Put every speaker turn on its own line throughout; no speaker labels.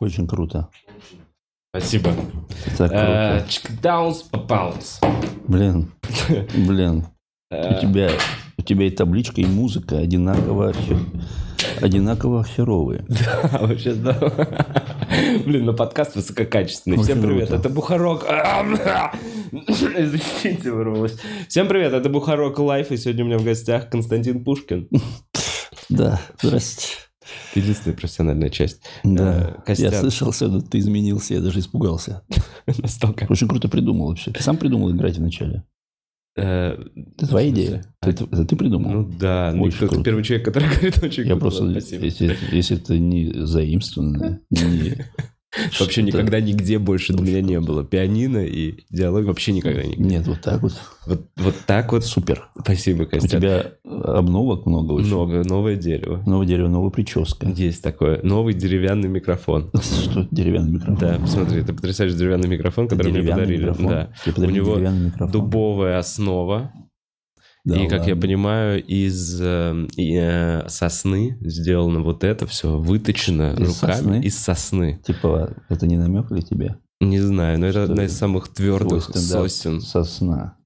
Очень круто.
Спасибо.
Так
Э.
круто.
Чикдаунс попаунс.
Блин. Блин.
Э.
У тебя, у тебя и табличка, и музыка одинаково, хе- одинаково херовые.
Вообще здорово. Блин, ну подкаст высококачественный.
Очень
Всем привет,
круто.
это Бухарок. Извините, вырвалось. Всем привет, это Бухарок Лайф, и сегодня у меня в гостях Константин Пушкин.
Да, здрасте.
Это Единственная профессиональная часть.
Да,
Э, Костян.
я слышал, что ты изменился, я даже испугался.
Настолько.
Очень круто придумал вообще. Ты сам придумал играть вначале.
Э,
Это твоя
в смысле?
идея. Ты- это, это ты придумал.
Ну да, ну
Очень
ты
круто.
первый человек, который говорит очень
я
круто,
просто,
спасибо.
если, если это не заимствованное, не
Вообще
что-то-
никогда нигде больше для меня не было. Пианино и диалог вообще никогда не.
Нет, вот так вот.
Вот, вот так вот.
Супер.
Спасибо,
У
Костя.
тебя обновок много очень.
Много, новое дерево.
Новое дерево, новая прическа.
Есть такое. Новый деревянный микрофон.
Ну, Что, деревянный микрофон?
Да, посмотри, это потрясающий деревянный микрофон, который мне
Деревянный
подарили.
микрофон.
Да.
Тебе подарили
У него
деревянный микрофон.
Дубовая основа.
Да,
и, как я
ладно.
понимаю, из э, и, э, сосны сделано вот это все, выточено
Из
руками
сосны?
из сосны.
Типа, это не намек ли тебе?
Не знаю, но это
Что
одна
это?
из самых твердых
Свой стендап
сосен.
Сосна.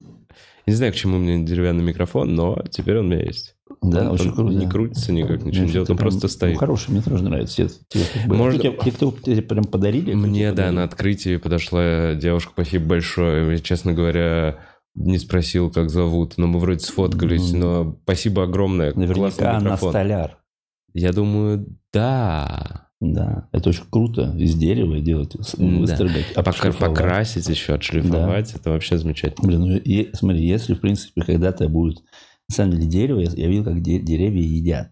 Не знаю, к чему мне деревянный микрофон, но теперь он у меня есть.
Да,
он,
очень
он
круто.
не крутится никак, ничего не
Значит,
делает,
ты
он
прям-
просто
Ну,
стоит.
хороший, мне тоже нравится. Я- тебе как бы-
Может-
Тебе- тебе кто- тебе прям подарили?
Мне,
Тебе
да, на
подарили?
открытии подошла девушка, спасибо большое. Я, честно говоря, не спросил, как зовут, но мы вроде сфоткались,
Мгм.
но спасибо огромное. Классный
Наверняка она
микрофон.
столяр.
Я думаю, да.
Да, это очень круто. Из дерева делать, с-
М,
выстрогать,
А пока
отшлифовать.
покрасить еще, отшлифовать, это вообще замечательно.
Блин, ну и, смотри, если, в принципе, когда-то будет... На самом деле, дерево, я, я видел, как де- деревья едят.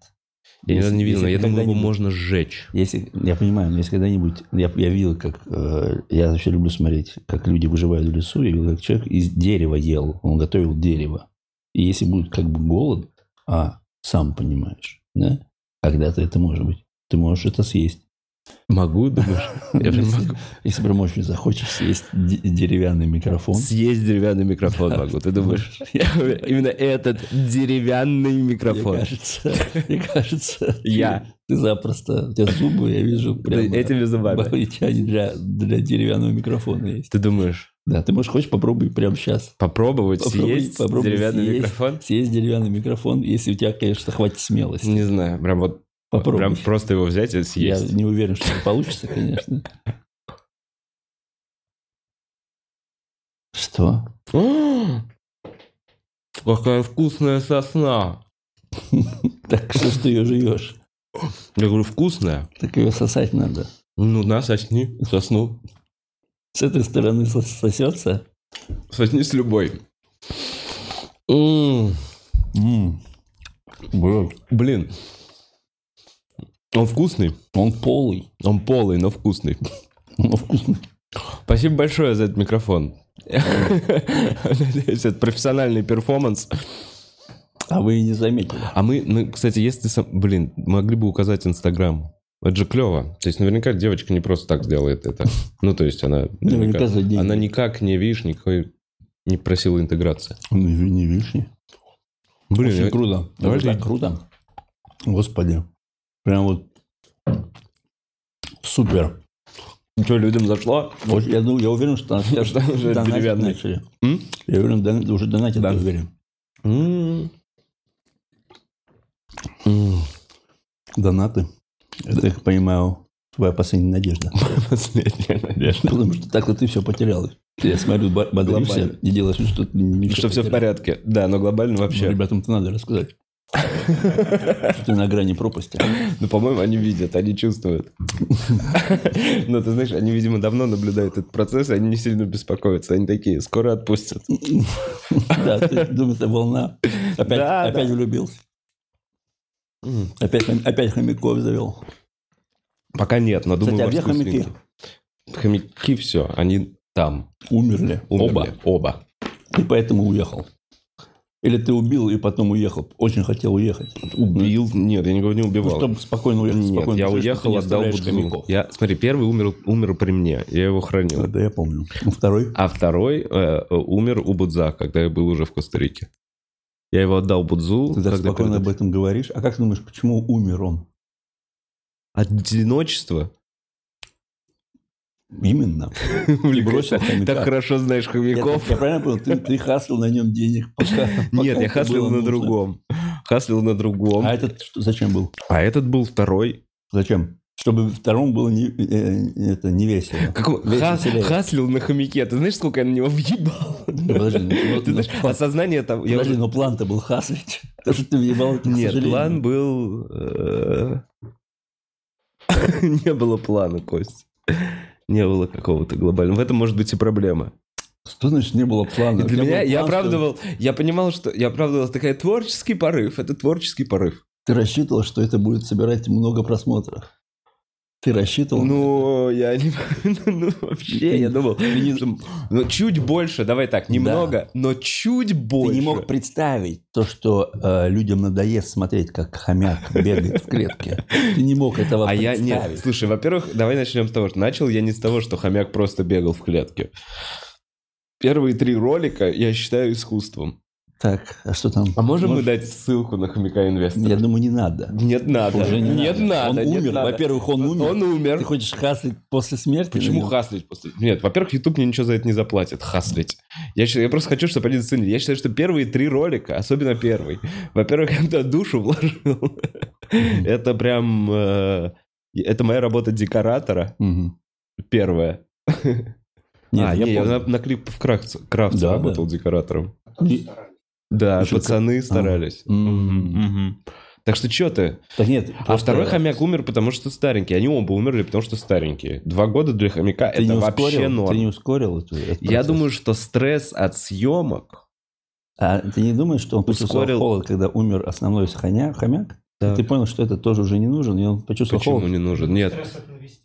Если-
Я недавно не видел,
если
но я думаю, его
когда-нибудь-
можно сжечь.
Если, я понимаю, но если когда-нибудь... Я, я видел, как... э, я вообще люблю смотреть, как люди выживают в лесу. Я видел, как человек из дерева ел. Он готовил дерево. И если будет как бы голод, а сам понимаешь, да? Когда-то это может быть. Ты можешь это съесть.
Могу, думаешь? Я же
Если-
могу.
Если прям очень захочешь съесть де- деревянный микрофон.
Съесть деревянный микрофон могу, ты думаешь? Я уверен, Именно этот деревянный
Мне
микрофон.
кажется, мне кажется, ты-
Я.
ты запросто, у тебя зубы, я вижу,
Да,
прямо
Этими зубами.
у тебя они для, для деревянного микрофона есть.
Ты думаешь,
Да, ты можешь, хочешь, попробуй прямо сейчас.
попробовать
Попробуй-
съесть
попробуй
деревянный
съесть.
микрофон?
Съесть деревянный микрофон, если у тебя, конечно, хватит смелости.
Не знаю, прям вот
Попробуй.
прям просто его взять и
я
съесть.
не уверен, что это получится, конечно. Что?
М! Какая вкусная сосна.
Так что ж ты ее жуешь?
Я говорю, вкусная?
Так ее сосать надо.
Ну, на, сосни. Сосну.
С этой стороны сос- сосется?
Сосни с любой. М,
М. Блин,
Блин. Он вкусный.
Он полый, Ну,
Он полый, но вкусный.
но вкусный.
Спасибо большое за этот микрофон. Надеюсь, это профессиональный перформанс.
А вы и не заметили.
А мы, ну, кстати, если сам... Блин, могли бы указать Инстаграм. Это же клево. То есть наверняка девочка не просто так сделает это. Ну, то есть она...
Наверняка за деньги.
она никак не, видишь, никакой не просила интеграции.
Ну, и не вишни.
Блин,
Очень
я-
круто.
давай
Это
же-
так круто. Господи. Прям вот супер.
Ну что, людям зашло?
Вот я, думаю, я уверен, что нас сейчас
Что уже
донатить
деревянный.
начали.
М?
Я уверен, дон- уже донатят,
Да.
я уверен.
М. М.
Донаты. Это, я так понимаю, твоя последняя надежда.
Последняя надежда.
Потому что так вот ты все потерял. Я смотрю, ба- бодришься
Глобально.
и делаешь вид, что ты ничего
Что все в
потерял.
порядке. Да, но глобально
Ну,
вообще.
Ребятам-то надо рассказать. Что ты на грани пропасти.
Ну, по-моему, они видят, они чувствуют. Но ты знаешь, они, видимо, давно наблюдают этот процесс, и они не сильно беспокоятся. Они такие, скоро отпустят.
Да, ты думаешь, это волна. Опять,
Да,
опять влюбился.
М.
Опять, хом- опять хомяков завел.
Пока нет, но думаю,
Кстати, а где
морскую
хомяки?
свинку. Хомяки все, они там.
Умерли.
Умерли. Оба.
Оба. И поэтому уехал. Или ты убил и потом уехал. Очень хотел уехать.
Убил? Нет, я никого не
Ну,
убивал.
чтобы спокойно уехал.
Нет,
спокойно
я
жить, что ты
уехал,
не
отдал
оставляешь
Будзу.
хомяков.
Я, смотри, первый умер, умер при мне, я его хранил.
Это я помню. Ну, Второй.
А второй э, э, умер у Будза, когда я был уже в Коста-Рике. Я его отдал Будзу.
Ты так
Ну, когда
спокойно
перед-
об этом говоришь. А как ты думаешь, почему умер он?
Одиночество?
Именно. бросил хомяка.
Так хорошо знаешь
Я,
хомяков.
я правильно понял? Ты, ты хаслил на нем денег, пока...
Нет,
пока
я
это было
хаслил на
нужно.
другом. Хаслил на другом.
А этот что- зачем был?
А этот был второй.
Зачем? Чтобы второму было не, э, это, не весело.
Как он
Весь
ха-
веселее.
хаслил на хомяке. Ты знаешь, сколько я на него въебал?
Подожди, ну,
Ты
ну,
знаешь, осознание того... я
Подожди,
уже-
но план-то был хаслить. То, что ты въебал, это, к
Нет,
сожалению.
план был... э, Не было плана, Кость. Не было какого-то глобального. В этом может быть и проблема.
Что значит не было плана?
И для
У
меня
был
я
план, что
оправдывал, я понимал, что я оправдывал такой творческий порыв. Это творческий порыв.
Ты рассчитывал, что это будет собирать много просмотров. Ты рассчитывал?
Ну, я не ну, вообще, я думал, что- ну, чуть больше, давай так, немного, но чуть
ты
больше.
не мог представить то, что э, людям надоест смотреть, как хомяк бегает в клетке. Ты не мог этого
А я нет.
представить.
Слушай, во-первых, давай начнем с того, что начал я не с того, что хомяк просто бегал в клетке. Первые три ролика я считаю искусством.
Так, а что там?
А можем
Можешь?
мы дать ссылку на хомяка инвестора?
Я думаю, не надо.
Нет, надо.
Уже не
нет, надо.
Он
нет,
умер.
надо.
Во-первых, он умер.
Он умер.
Ты хочешь хаслить после смерти?
Почему
Ну,
хаслить после? Нет, во-первых, YouTube мне ничего за это не заплатит. Хаслить. Я, считаю- я просто хочу, чтобы они заценили. Я считаю, что первые три ролика, особенно первый, во-первых, я туда душу вложил. Это прям... э, Это моя работа декоратора,
Мгм.
первая.
Нет,
а,
я
не, я
понял.
на, на клип в Кравце, Кравце
Да,
работал декоратором.
И-
Да,
Еще
пацаны старались.
М.
Мгм. Так что что ты?
Так нет.
А
просто
второй хомяк умер, потому что старенький. Они оба умерли, потому что старенькие. Два года для хомяка
Ты
это
не
вообще
ускорил?
норм.
Ты не ускорил эту- этот
Я
процесс?
думаю, что стресс от съемок.
А ты не думаешь, что он почувствовал
Ускорил.
холод, когда умер основной хомя- хомяк?
Да.
И ты понял, что это тоже уже не нужен, и он почувствовал
Почему
холод.
не нужен? Нет.
Стресс от инвестиций.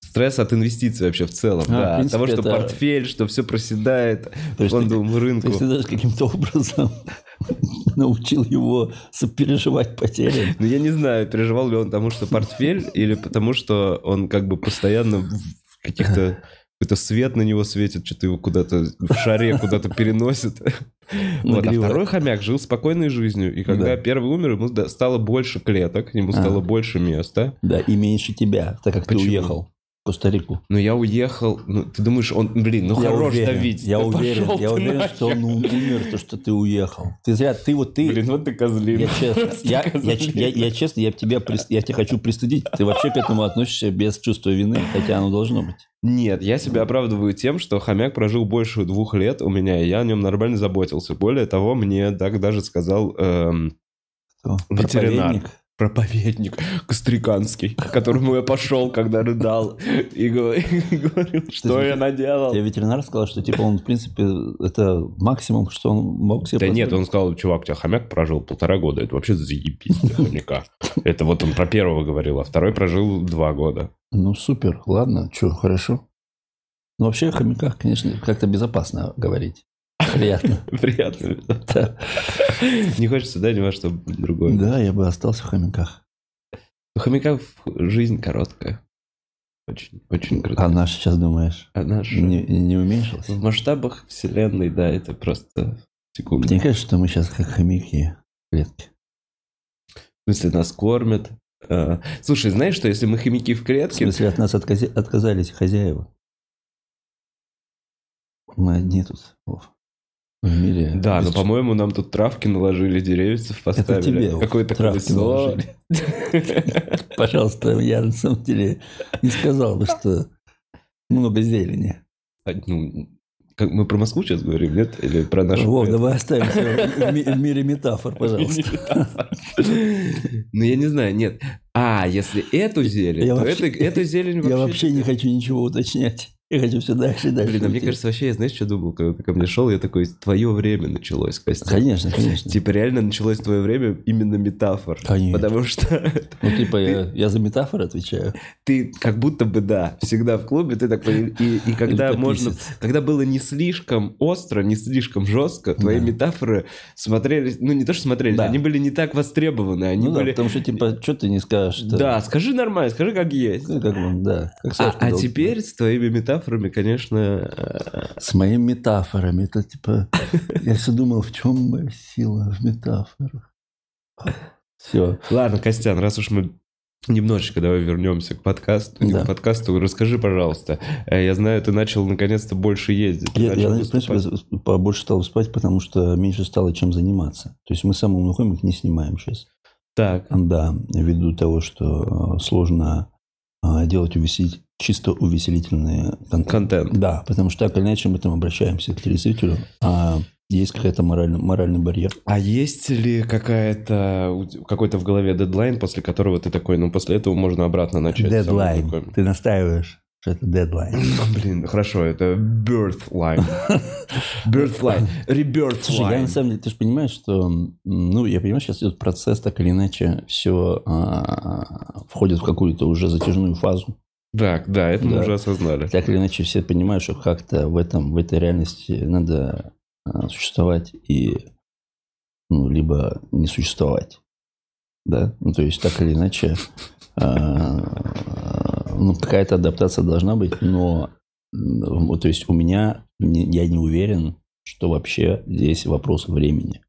Стресс от инвестиций вообще в целом.
А, в
да. от того, что
принципе, это-
портфель, что все проседает
То есть ты-
фондовому
То
рынку.
есть ты даже каким-то образом научил его сопереживать потери.
Но Ну, я не знаю, переживал ли он потому, что портфель, или потому, что он как бы постоянно в каких-то... Какой-то свет на него светит, что-то его куда-то в шаре куда-то переносит. Вот, а
Нагревает.
второй хомяк жил спокойной жизнью. И когда
Ну Да.
первый умер, ему да- стало больше клеток, ему
А.
стало больше места.
Да, и меньше тебя, так как ты
Почему?
уехал в Коста-Рику.
Но я уехал. Ну, ты думаешь, он, блин, ну
я
хорош
уверен,
давить.
Я
Да
уверен,
пошел
я
ты
уверен,
нахер.
что он умер, то, что ты уехал. Ты зря, ты вот ты...
Блин, вот ты козлин.
Я честно,
Просто
я, я,
козлин.
я- я честно, я б тебя, прис- я тебя хочу пристыдить. Ты вообще к этому относишься без чувства вины, хотя оно должно быть.
Нет, я себя оправдываю тем, что хомяк прожил больше двух лет у меня, и я о нем нормально заботился. Более того, мне так даже сказал эм, Ветеринар.
Проповедник.
проповедник Костриканский, к которому я пошел, когда рыдал, и го- и говорил, что
знаешь,
я наделал.
Тебе ветеринар сказал, что типа он, в принципе, это максимум, что он мог себе
Да нет,
позволить.
он сказал, чувак, у тебя хомяк прожил полтора года, это вообще заебись для хомяка. Это вот он про первого говорил, а второй прожил два года.
Ну, супер, ладно, что, хорошо. Ну, вообще о хомяках, конечно, как-то безопасно говорить. Приятно.
Приятно.
Да.
Не хочется, да, ни во что другое.
Да, я бы остался в хомяках.
У хомяков жизнь короткая. Очень, очень
А
короткая.
наш сейчас, думаешь,
Она же
А не, не уменьшилась?
в масштабах вселенной, да, это просто секунды.
Мне кажется, что мы сейчас как хомяки в клетке.
В смысле, нас кормят. Э, Слушай, знаешь, что если мы хомяки в
В
клетке,
смысле, от нас откази- отказались хозяева. Мы одни тут, Вов, В мире.
Да,
Без
но, по-моему, нам тут травки наложили, деревьев поставили.
тебе, Вов,
Какое-то
травки
колесо.
наложили. Пожалуйста, я на самом деле не сказал бы, что много зелени.
А, ну, как- мы про Москву сейчас говорим, нет? Или про нашу
Вов,
клетку?
давай оставим всё в ми- в мире метафор, пожалуйста.
Ну, я не знаю, нет. А, если эту зелень,
Я
то
вообще-
это- эту зелень вообще...
Я вообще не хочу ничего уточнять. Я хочу все дальше и дальше.
Блин, а мне
уйти.
кажется, вообще, я знаешь, что думал, когда ты ко мне шел, я такой, твое время началось, Костя.
Конечно, конечно.
Типа реально началось твое время именно метафор.
Конечно.
Потому что
Ну, типа, я, я за метафоры отвечаю.
ты как будто бы, да, всегда в клубе, ты такой, и, и когда
Или
можно,
пописец.
когда было не слишком остро, не слишком жестко, твои
Да.
метафоры смотрелись, ну не то, что смотрелись,
Да.
они были не так востребованы, они
Ну да,
были...
потому что, типа, что ты не скажешь?
Да. скажи нормально, скажи как есть.
Ну, как бы, да. как
А,
Сашка
а
Долгий.
теперь с твоими метафорами, конечно, э,
С моими метафорами. Это, типа, я все думал, в чем моя сила в метафорах. Все.
ладно, Костян, раз уж мы Немножечко давай вернемся к подкасту.
Да.
К подкасту расскажи, пожалуйста. Э, Я знаю, ты начал наконец-то больше ездить. ты
Я, я,
начал
знаешь,
выступать.
я побольше стал спать, потому что меньше стало чем заниматься. То есть мы самым их не снимаем сейчас.
Так,
Да, ввиду того, что э, сложно э, делать увесели- чисто увеселительные контент.
контент.
Да, потому что так или иначе мы там обращаемся к телезрителю, а есть какая-то моральный, моральный барьер.
А есть ли какая-то у т- какой-то в голове дедлайн, после которого ты такой, ну после этого можно обратно начать? Самое такое. Ну,
Дедлайн. Ты настаиваешь, что это дедлайн.
Блин, хорошо, это birthline. Birthline.
Слушай, я на
Rebirthline.
самом деле, ты же понимаешь, что, м, ну, я понимаю, сейчас идет процесс, так или иначе, все входит в какую-то уже затяжную фазу.
Так, да, это мы
Да.
уже осознали.
Так или иначе, все понимают, что как-то в, этом, в этой реальности надо а, существовать и, ну, либо не существовать. Да? Ну, то есть, так или иначе, а, ну, какая-то адаптация должна быть, но, м, вот, то есть, у меня, не- я не уверен, что вообще здесь вопрос времени.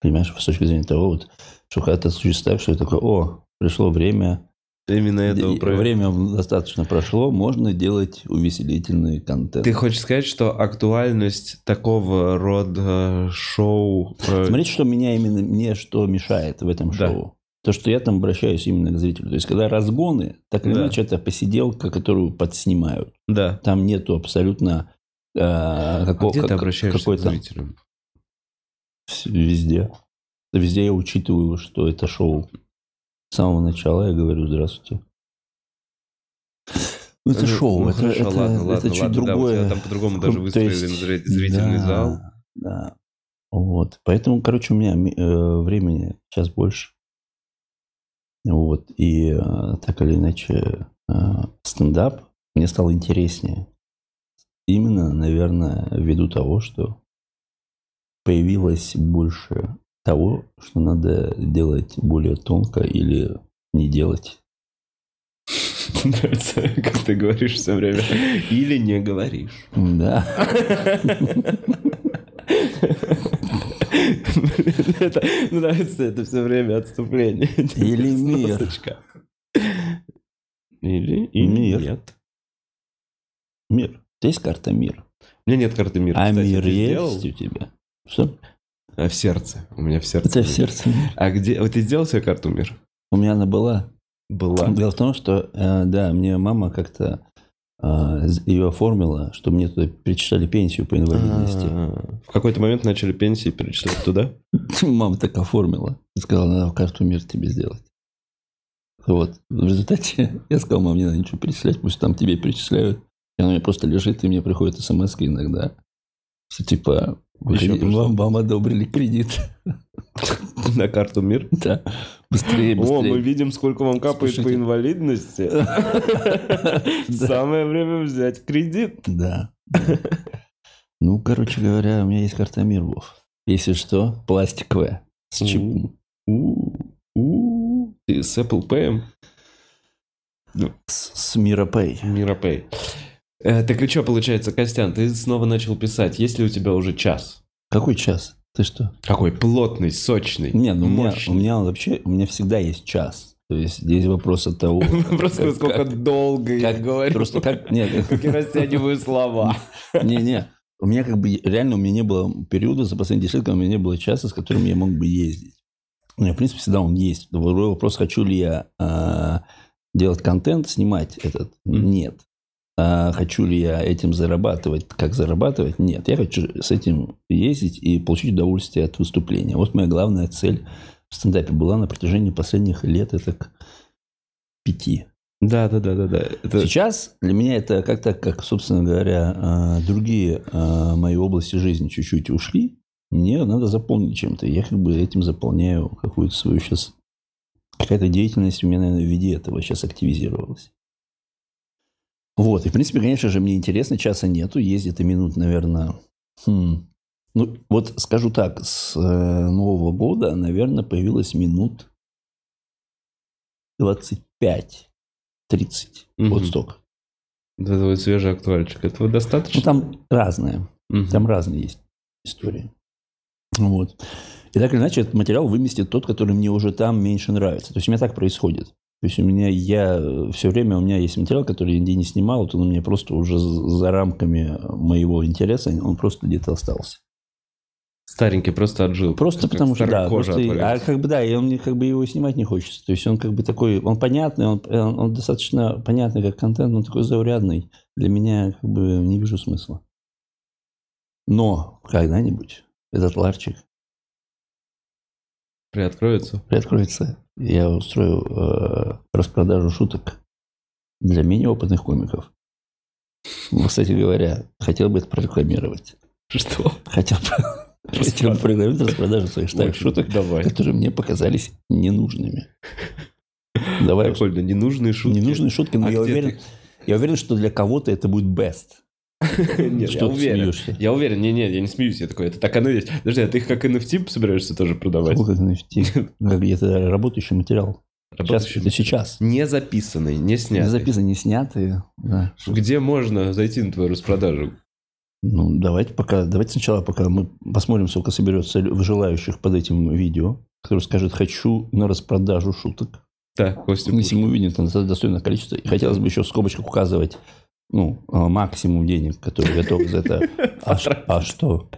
Понимаешь, с точки зрения того, вот, что когда ты существуешь, что ты такой, о, пришло время
Именно это
и Время достаточно прошло, можно делать увеселительный контент.
Ты хочешь сказать, что актуальность такого рода шоу... э,
Смотрите, что меня именно, мне что мешает в этом
Да.
шоу. То, что я там обращаюсь именно к зрителю. То есть, когда разгоны, так или
Да.
иначе, это посиделка, которую подснимают.
Да.
Там нету абсолютно э,
А
какого-
где ты
как-
обращаешься к
какой-то-
зрителям?
Вс- Везде. Везде я учитываю, что это шоу. С самого начала я говорю «Здравствуйте». Ну, это
Ну,
шоу,
ну,
это,
хорошо,
это-
ладно,
это
ладно,
чуть
ладно, да, у тебя
другое.
там по-другому
Ну,
даже
то
выстроен
есть,
зри- зрительный
да,
зал.
Да. Вот. Поэтому, короче, у меня ми- э, времени сейчас больше. Вот. И э, так или иначе, э, стендап мне стал интереснее. Именно, наверное, ввиду того, что появилось больше того, что надо делать более тонко или не делать.
Нравится, как ты говоришь все время. Или не говоришь.
Да.
Это нравится это все время отступление.
Или мир.
Сносочка. Или, или
Мир.
нет.
Мир. У тебя есть карта мир?
У меня нет карты мира.
А
кстати,
мир
ты
есть
сделал?
у тебя? Что?
А, в сердце. У меня в сердце.
У тебя в
мир.
сердце мир.
А где... Вот ты сделал себе карту мир?
У меня она была.
Была.
Дело в том, что, э, да, мне мама как-то ее оформила, что мне туда перечисляли пенсию по инвалидности.
А, В какой-то момент начали пенсии перечислять туда.
Мама так оформила. И Сказала, надо карту мир тебе сделать. Вот. В результате я сказал, мам, не надо ничего перечислять, пусть там тебе перечисляют. И она у меня просто лежит, и мне приходит смс иногда. Что типа,
Еще
«Вам-
пришло».
вам одобрили кредит.
На карту мир.
Да. Быстрее,
О, мы
быстрее.
видим, сколько вам капает по
Спешите.
инвалидности. Самое время взять кредит.
Да. да. Ну, короче говоря, у меня есть карта мир, Вов. Если что, пластиковая. С
Мгм.
чипом.
У, у, Ты с Apple Pay,
С, с Миропэй.
Миропэй. Э, Так и что получается, Костян, ты снова начал писать. Есть ли у тебя уже час?
Какой час? Ты что?
Какой плотный, сочный,
Не, ну у меня, у
мощный.
меня вообще, у меня всегда есть час. То есть здесь вопрос от того,
Просто
Как-
насколько долго я
как-
говорю.
просто как... Нет,
Как я растягиваю слова.
не-не. У меня как бы реально у меня не было периода за последние 10 лет, когда у меня не было часа, с которым я мог бы ездить. У меня, в принципе, всегда он есть. Другой вопрос, хочу ли я а, делать контент, снимать этот?
Мгм.
Нет. А хочу ли я этим зарабатывать? Как зарабатывать? Нет. Я хочу с этим ездить и получить удовольствие от выступления. Вот моя главная цель в стендапе была на протяжении последних лет, это к пяти.
Да, да, да, да, да. Это-
Сейчас для меня это как-то, как, собственно говоря, э, другие э, мои области жизни чуть-чуть ушли. Мне надо заполнить чем-то. Я как бы этим заполняю какую-то свою сейчас... Какая-то деятельность у меня, наверное, в виде этого сейчас активизировалась. Вот. И, в принципе, конечно же, мне интересно. Часа нету. Ездит и минут, наверное... хм. Ну, вот скажу так. С э, Нового года, наверное, появилось минут 25 30.
Мгм.
Вот столько.
Вот Это вот свежий актуальчик. Этого
Ну,
достаточно?
там разное.
Мгм.
Ну, Там разные есть истории. Вот. И так или иначе, этот материал выместит тот, который мне уже там меньше нравится. То есть у меня так происходит. То То есть у меня, я все время, у меня есть материал, который я нигде не снимал, вот он у меня просто уже з- за рамками моего интереса, он просто где-то остался.
Старенький, просто отжил.
Просто
Как
потому что,
старая
да,
кожа
просто, и-
отвалилась.
а как бы, да, и он мне как бы его снимать не хочется. То есть он как бы такой, он понятный, он, э, он- он достаточно понятный как контент, он такой заурядный. Для меня как бы не вижу смысла. Но когда-нибудь этот ларчик
Приоткроется.
приоткроется. Я устрою э, распродажу шуток для менее опытных комиков. Ну, Кстати говоря, хотел бы это прорекламировать.
Что?
Хотел бы, хотел бы прорекламировать распродажу своих старых шуток,
Давай.
которые мне показались ненужными. Давай.
Прикольно, ненужные шутки.
Ненужные шутки, но
А
я
где
уверен, я уверен, что для кого-то это будет best.
Нет, я
Что ты
уверен.
смеешься?
Я уверен, не, не, я не смеюсь, я такой, это так оно и есть. Подожди, а ты их как NFT собираешься тоже продавать?
Ой, как, значит, как это работающий материал. Сейчас,
Работающий
это сейчас.
Не записанный, не
Не
снятый.
записаны, не снятые. Да.
Где можно зайти на твою распродажу?
Ну, давайте пока, давайте сначала пока мы посмотрим, сколько соберется лю- желающих под этим видео, который скажет «хочу на распродажу шуток».
Так, Костя,
Если мы увидим это достаточно достойное количество, и хотелось бы еще в скобочках указывать ну, а, максимум денег, которые готовы за это. А, ш- а что?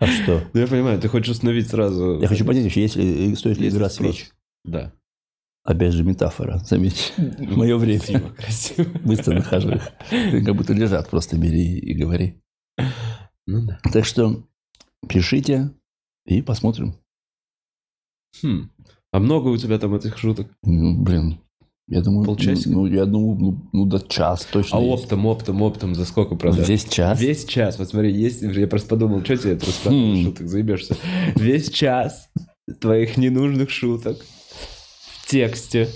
А что?
Ну, я понимаю, ты хочешь установить сразу...
Я хочу понять вообще, есть ли, стоит ли
Есть ли
игра
спрос?
свеч.
Да.
Опять же, метафора, заметь. Мое время.
Красиво, красиво.
Быстро нахожу их. Как будто лежат, просто бери и говори.
Ну да.
Так что пишите и посмотрим.
Хм. А много у тебя там этих шуток?
Ну, блин, я думаю...
Полчасика?
Ну, я думаю, ну, ну, да час точно.
А
есть.
оптом, оптом, оптом за сколько продашь?
Здесь час?
Весь час, вот смотри, есть, я просто подумал, что тебе это рассказываешь,
Хм.
шуток заебешься. Весь час твоих ненужных шуток в тексте,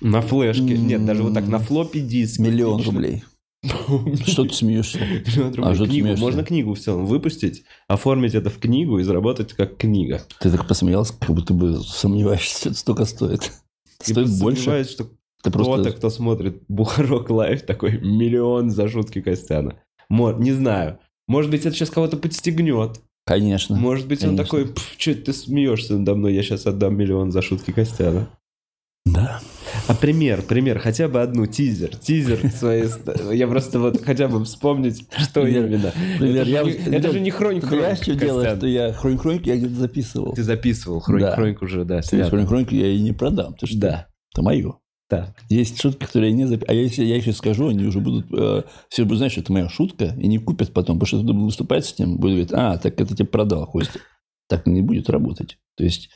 на флешке,
М.
нет, даже вот так, на флопе диске.
Миллион
Отлично.
рублей. Что ты смеешься?
Миллион рублей.
А что ты
Книгу,
смеешься?
можно книгу в целом выпустить, оформить это в книгу и заработать как книга.
Ты так посмеялся, как будто бы сомневаешься, что это столько стоит.
И
Стоит
просто
больше.
сомневаюсь, что
Ты
кто-то,
просто...
кто смотрит Бухарок Лайв, такой миллион за шутки Костяна. Мо- не знаю. Может быть, это сейчас кого-то подстегнет.
Конечно.
Может быть, он
Конечно.
такой, что ты смеешься надо мной, я сейчас отдам миллион за шутки Костяна.
Да.
А пример, пример, хотя бы одну, тизер, тизер своей... ст- Я просто вот хотя бы вспомнить, что
Пример.
именно.
Пример,
Это же
я-
не- Это
Лёш,
же не хроника.
Понимаешь, что дело, что я хронь-хроньку я где-то записывал.
Ты записывал хроник,
Да.
хроник уже,
То
да,
есть
снят.
Хронь-хроньку я и не продам. Ты что?
Да,
Это мое.
да.
Есть шутки, которые я не запи- А если я еще скажу, они уже будут... э, все будут знать, что это моя шутка, и не купят потом. Потому что кто будет выступать с этим, будет говорить, а, так это тебе продал, Костя. Так не будет работать. То есть...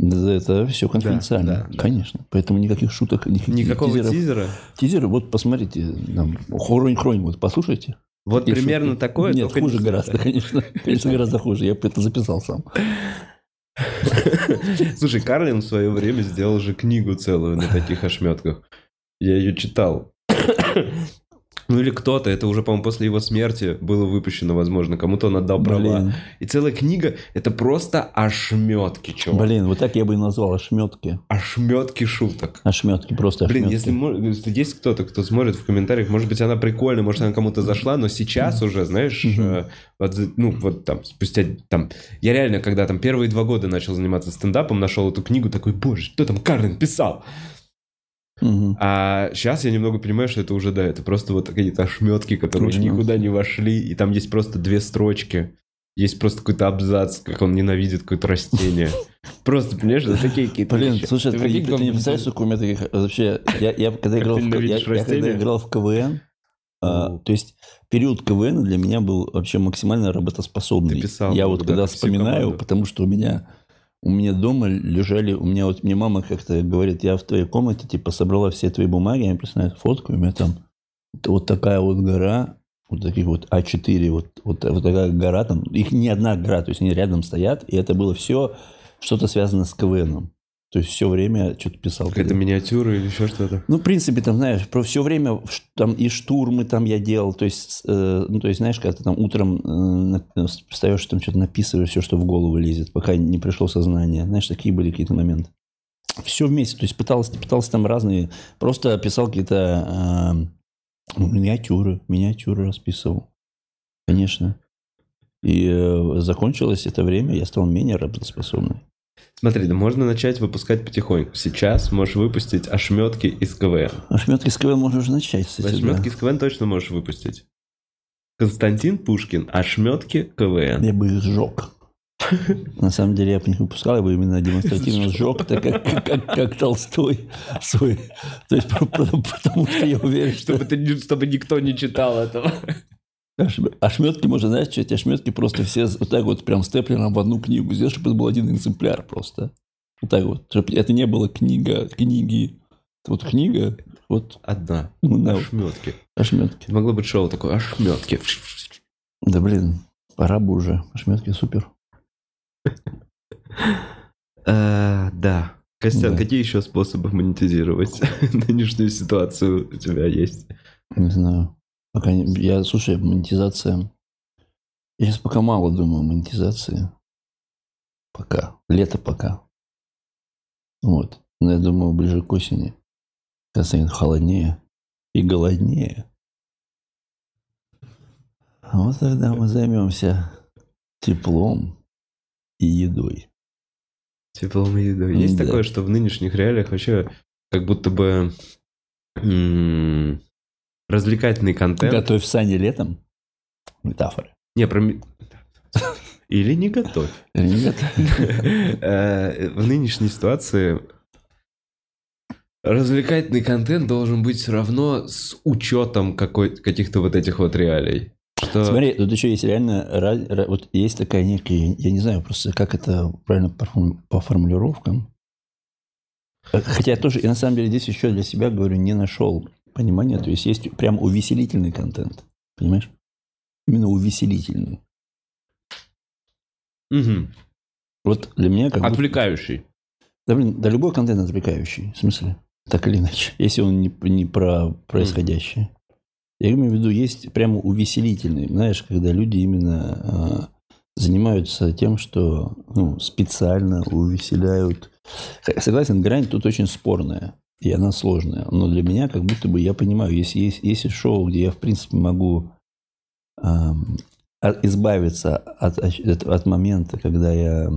да, Это все конфиденциально,
да, да.
конечно. Поэтому никаких шуток, никаких
Никакого
тизеров.
тизера.
Тизеры, вот посмотрите, там, хронь хронь вот послушайте.
Вот
Какие
примерно
шутки.
такое.
Нет,
только не
хуже
снято.
гораздо, конечно. Конечно, гораздо хуже. Я это записал сам.
Слушай, Карлин в свое время сделал же книгу целую на таких ошметках. Я ее читал. Ну или кто-то, это уже, по-моему, после его смерти было выпущено, возможно, кому-то он отдал права.
Блин,
И целая книга — это просто ошметки, чувак.
блин, вот так я бы и назвал ошметки.
Ошметки шуток.
Ошметки, просто
Блин,
ошметки.
если, мо- если есть кто-то, кто смотрит в комментариях, может быть, она прикольная, может, она кому-то зашла, но сейчас уже, знаешь,
Мгм.
э, вот за- ну, вот там, спустя там... Я реально, когда там первые два года начал заниматься стендапом, нашел эту книгу, такой, боже, что там Карлин писал?
Мгм.
А сейчас я немного понимаю, что это уже, да, это просто вот какие-то ошметки, которые
Ошметки.
никуда не вошли, и там есть просто две строчки. Есть просто какой-то абзац, как он ненавидит какое-то растение. Просто, понимаешь, это такие какие-то
Блин,
вещи.
слушай, а
Ты
ты,
прикинь,
ты не
там-
представляешь, сколько у меня таких... э, Вообще, я, я когда, играл, в,
ты
К- я,
ненавидишь
я когда
растения?
играл в КВН, а,
Ну.
то есть период КВН для меня был вообще максимально работоспособный.
Ты писал,
я
ну,
вот
да,
когда
ты всю
вспоминаю,
команду.
потому что у меня... У меня дома лежали, у меня вот мне мама как-то говорит, я в твоей комнате типа собрала все твои бумаги, я представляю фотку, у меня там вот такая вот гора, вот таких вот А4, вот, вот, вот такая гора там, их не одна гора, то есть они рядом стоят, и это было все что-то связано с КВНом. То есть все время что-то писал.
Какая-то миниатюра или еще что-то.
Ну, в принципе, там, знаешь, про все время в ш- там и штурмы там я делал, то есть, с- э, ну, то есть, знаешь, когда ты там утром э, на- встаешь, там что-то написываешь, все, что в голову лезет, пока не пришло сознание, знаешь, такие были какие-то моменты. Все вместе, то есть пытался, пытался там разные, просто писал какие-то э, ну, миниатюры, миниатюры расписывал, конечно. И э, закончилось это время, я стал менее работоспособным.
Смотри, да можно начать выпускать потихоньку. Сейчас можешь выпустить ошметки из КВН.
Ошметки с КВН можно уже начать, кстати, да.
Ошметки из КВН точно можешь выпустить. Константин Пушкин, ошметки КВН.
Я бы их сжег. На самом деле я бы не выпускал, я бы именно демонстративно сжег, так как, как, как Толстой свой. То есть, про- про- потому что я уверен, что
Чтобы, ты не- чтобы никто не читал этого.
ошм- ошметки можно, знаешь, что эти ошметки просто все вот так вот прям степлером в одну книгу сделать, чтобы это был один экземпляр просто. Вот так вот. Чтобы это не было книга, книги. Вот книга, вот
Одна.
ну, на, вот,
Ошметки.
ошметки.
Могло быть шоу такое, ошметки.
Да блин, пора бы уже. Ошметки супер.
Э, Да. Костян,
Да.
какие еще способы монетизировать нынешнюю ситуацию у тебя есть?
Не знаю. Пока не- я, слушай, монетизация. Я сейчас пока мало думаю о монетизации. Пока. Лето пока. Вот. Но я думаю, ближе к осени. Когда станет холоднее и голоднее. Вот тогда мы займемся теплом и едой.
Теплом и едой. Есть
М-да.
такое, что в нынешних реалиях вообще как будто бы м, развлекательный контент.
Готовь сани летом. Метафоры.
Не, про... ми- Или не готовь.
Нет.
Э, В нынешней ситуации развлекательный контент должен быть все равно с учетом какой- каких-то вот этих вот реалий. Что-
Смотри, тут еще есть реально, ра- ра- вот есть такая некая, я не знаю просто, как это правильно по, форму- по формулировкам. Э, Хотя я тоже, и на самом деле здесь еще для себя, говорю, не нашел понимания. То есть есть прям увеселительный контент, понимаешь? Именно увеселительный.
Мгм.
Вот для меня как будто-
Отвлекающий.
Да, блин, да любой контент отвлекающий, в смысле, так или иначе, если он не, не про происходящее. Я имею в виду, есть прямо увеселительный, знаешь, когда люди именно а, занимаются тем, что ну, специально увеселяют. Х- Согласен, грань тут очень спорная, и она сложная, но для меня как будто бы, я понимаю, если есть если шоу, где я, в принципе, могу ам, а- избавиться от, от- от момента, когда я,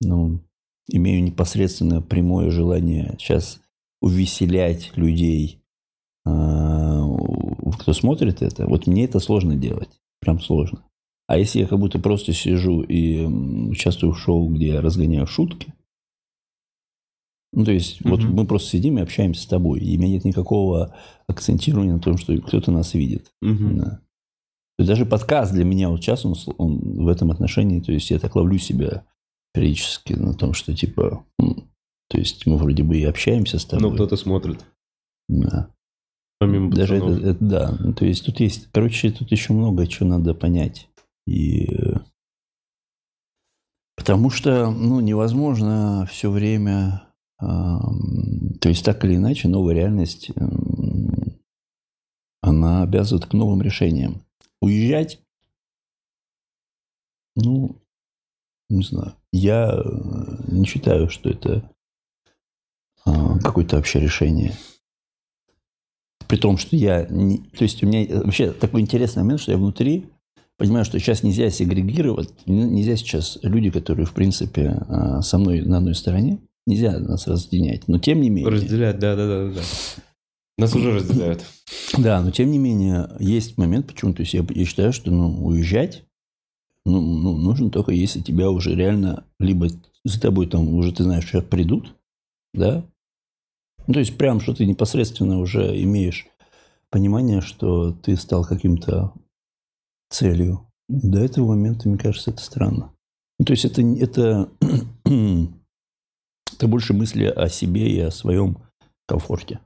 ну, имею непосредственно прямое желание сейчас увеселять людей, а, у- кто смотрит это. Вот мне это сложно делать, прям сложно. А если я как будто просто сижу и м, участвую в шоу, где я разгоняю шутки, ну, то есть, вот
Мгм.
мы просто сидим и общаемся с тобой, и у меня нет никакого акцентирования на том, что кто-то нас видит.
Мгм.
Да. То есть Даже подкаст для меня вот сейчас, он, сл- он в этом отношении, то есть я так ловлю себя периодически на том, что типа, м, то есть мы вроде бы и общаемся с тобой.
Ну, кто-то смотрит.
Да.
Помимо
Даже это,
пацанов.
это да, Ну, то есть тут есть, короче, тут еще много чего надо понять. И... э, Потому что, ну, невозможно все время, ам, то есть так или иначе, новая реальность, ам, она обязывает к новым решениям. Уезжать, ну, не знаю, я э, не считаю, что это а, какое-то вообще решение. При том, что я... не- То есть у меня э, вообще такой интересный момент, что я внутри понимаю, что сейчас нельзя сегрегировать, н- нельзя сейчас люди, которые, в принципе, а, со мной на одной стороне, нельзя нас разъединять. Но тем не менее...
Разделять, да, да, да, да, да. Нас уже разделяют.
Да, но тем не менее, есть момент, почему. То есть я, я считаю, что ну, уезжать ну, ну, нужно только если тебя уже реально либо за тобой там уже ты знаешь, что придут, да. Ну, то есть, прям что ты непосредственно уже имеешь понимание, что ты стал каким-то целью. До этого момента, мне кажется, это странно. Ну, то есть это, не- это, это больше мысли о себе и о своем комфорте.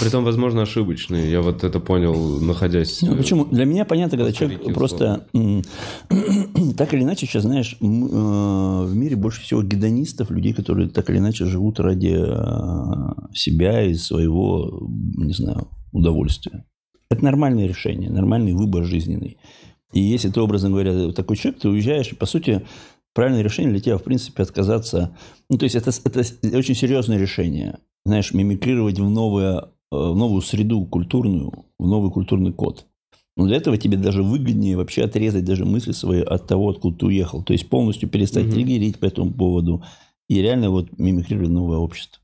Притом, возможно, ошибочные. Я вот это понял, находясь...
Ну,
э,
почему? Для меня понятно, когда человек
Повторите,
просто... м, так или иначе, сейчас, знаешь, м, э, в мире больше всего гедонистов, людей, которые так или иначе живут ради э, себя и своего, м, не знаю, удовольствия. Это нормальное решение, нормальный выбор жизненный. И если ты, образно говоря, такой человек, ты уезжаешь, и, по сути, правильное решение для тебя, в принципе, отказаться. Ну, то есть, это, с- это с- очень серьезное решение. Знаешь, мимикрировать в, новое, э, в новую среду культурную, в новый культурный код. Но для этого тебе даже выгоднее вообще отрезать даже мысли свои от того, откуда ты уехал. То есть полностью перестать
Мгм.
триггерить по этому поводу, И реально вот мимикрирует новое общество.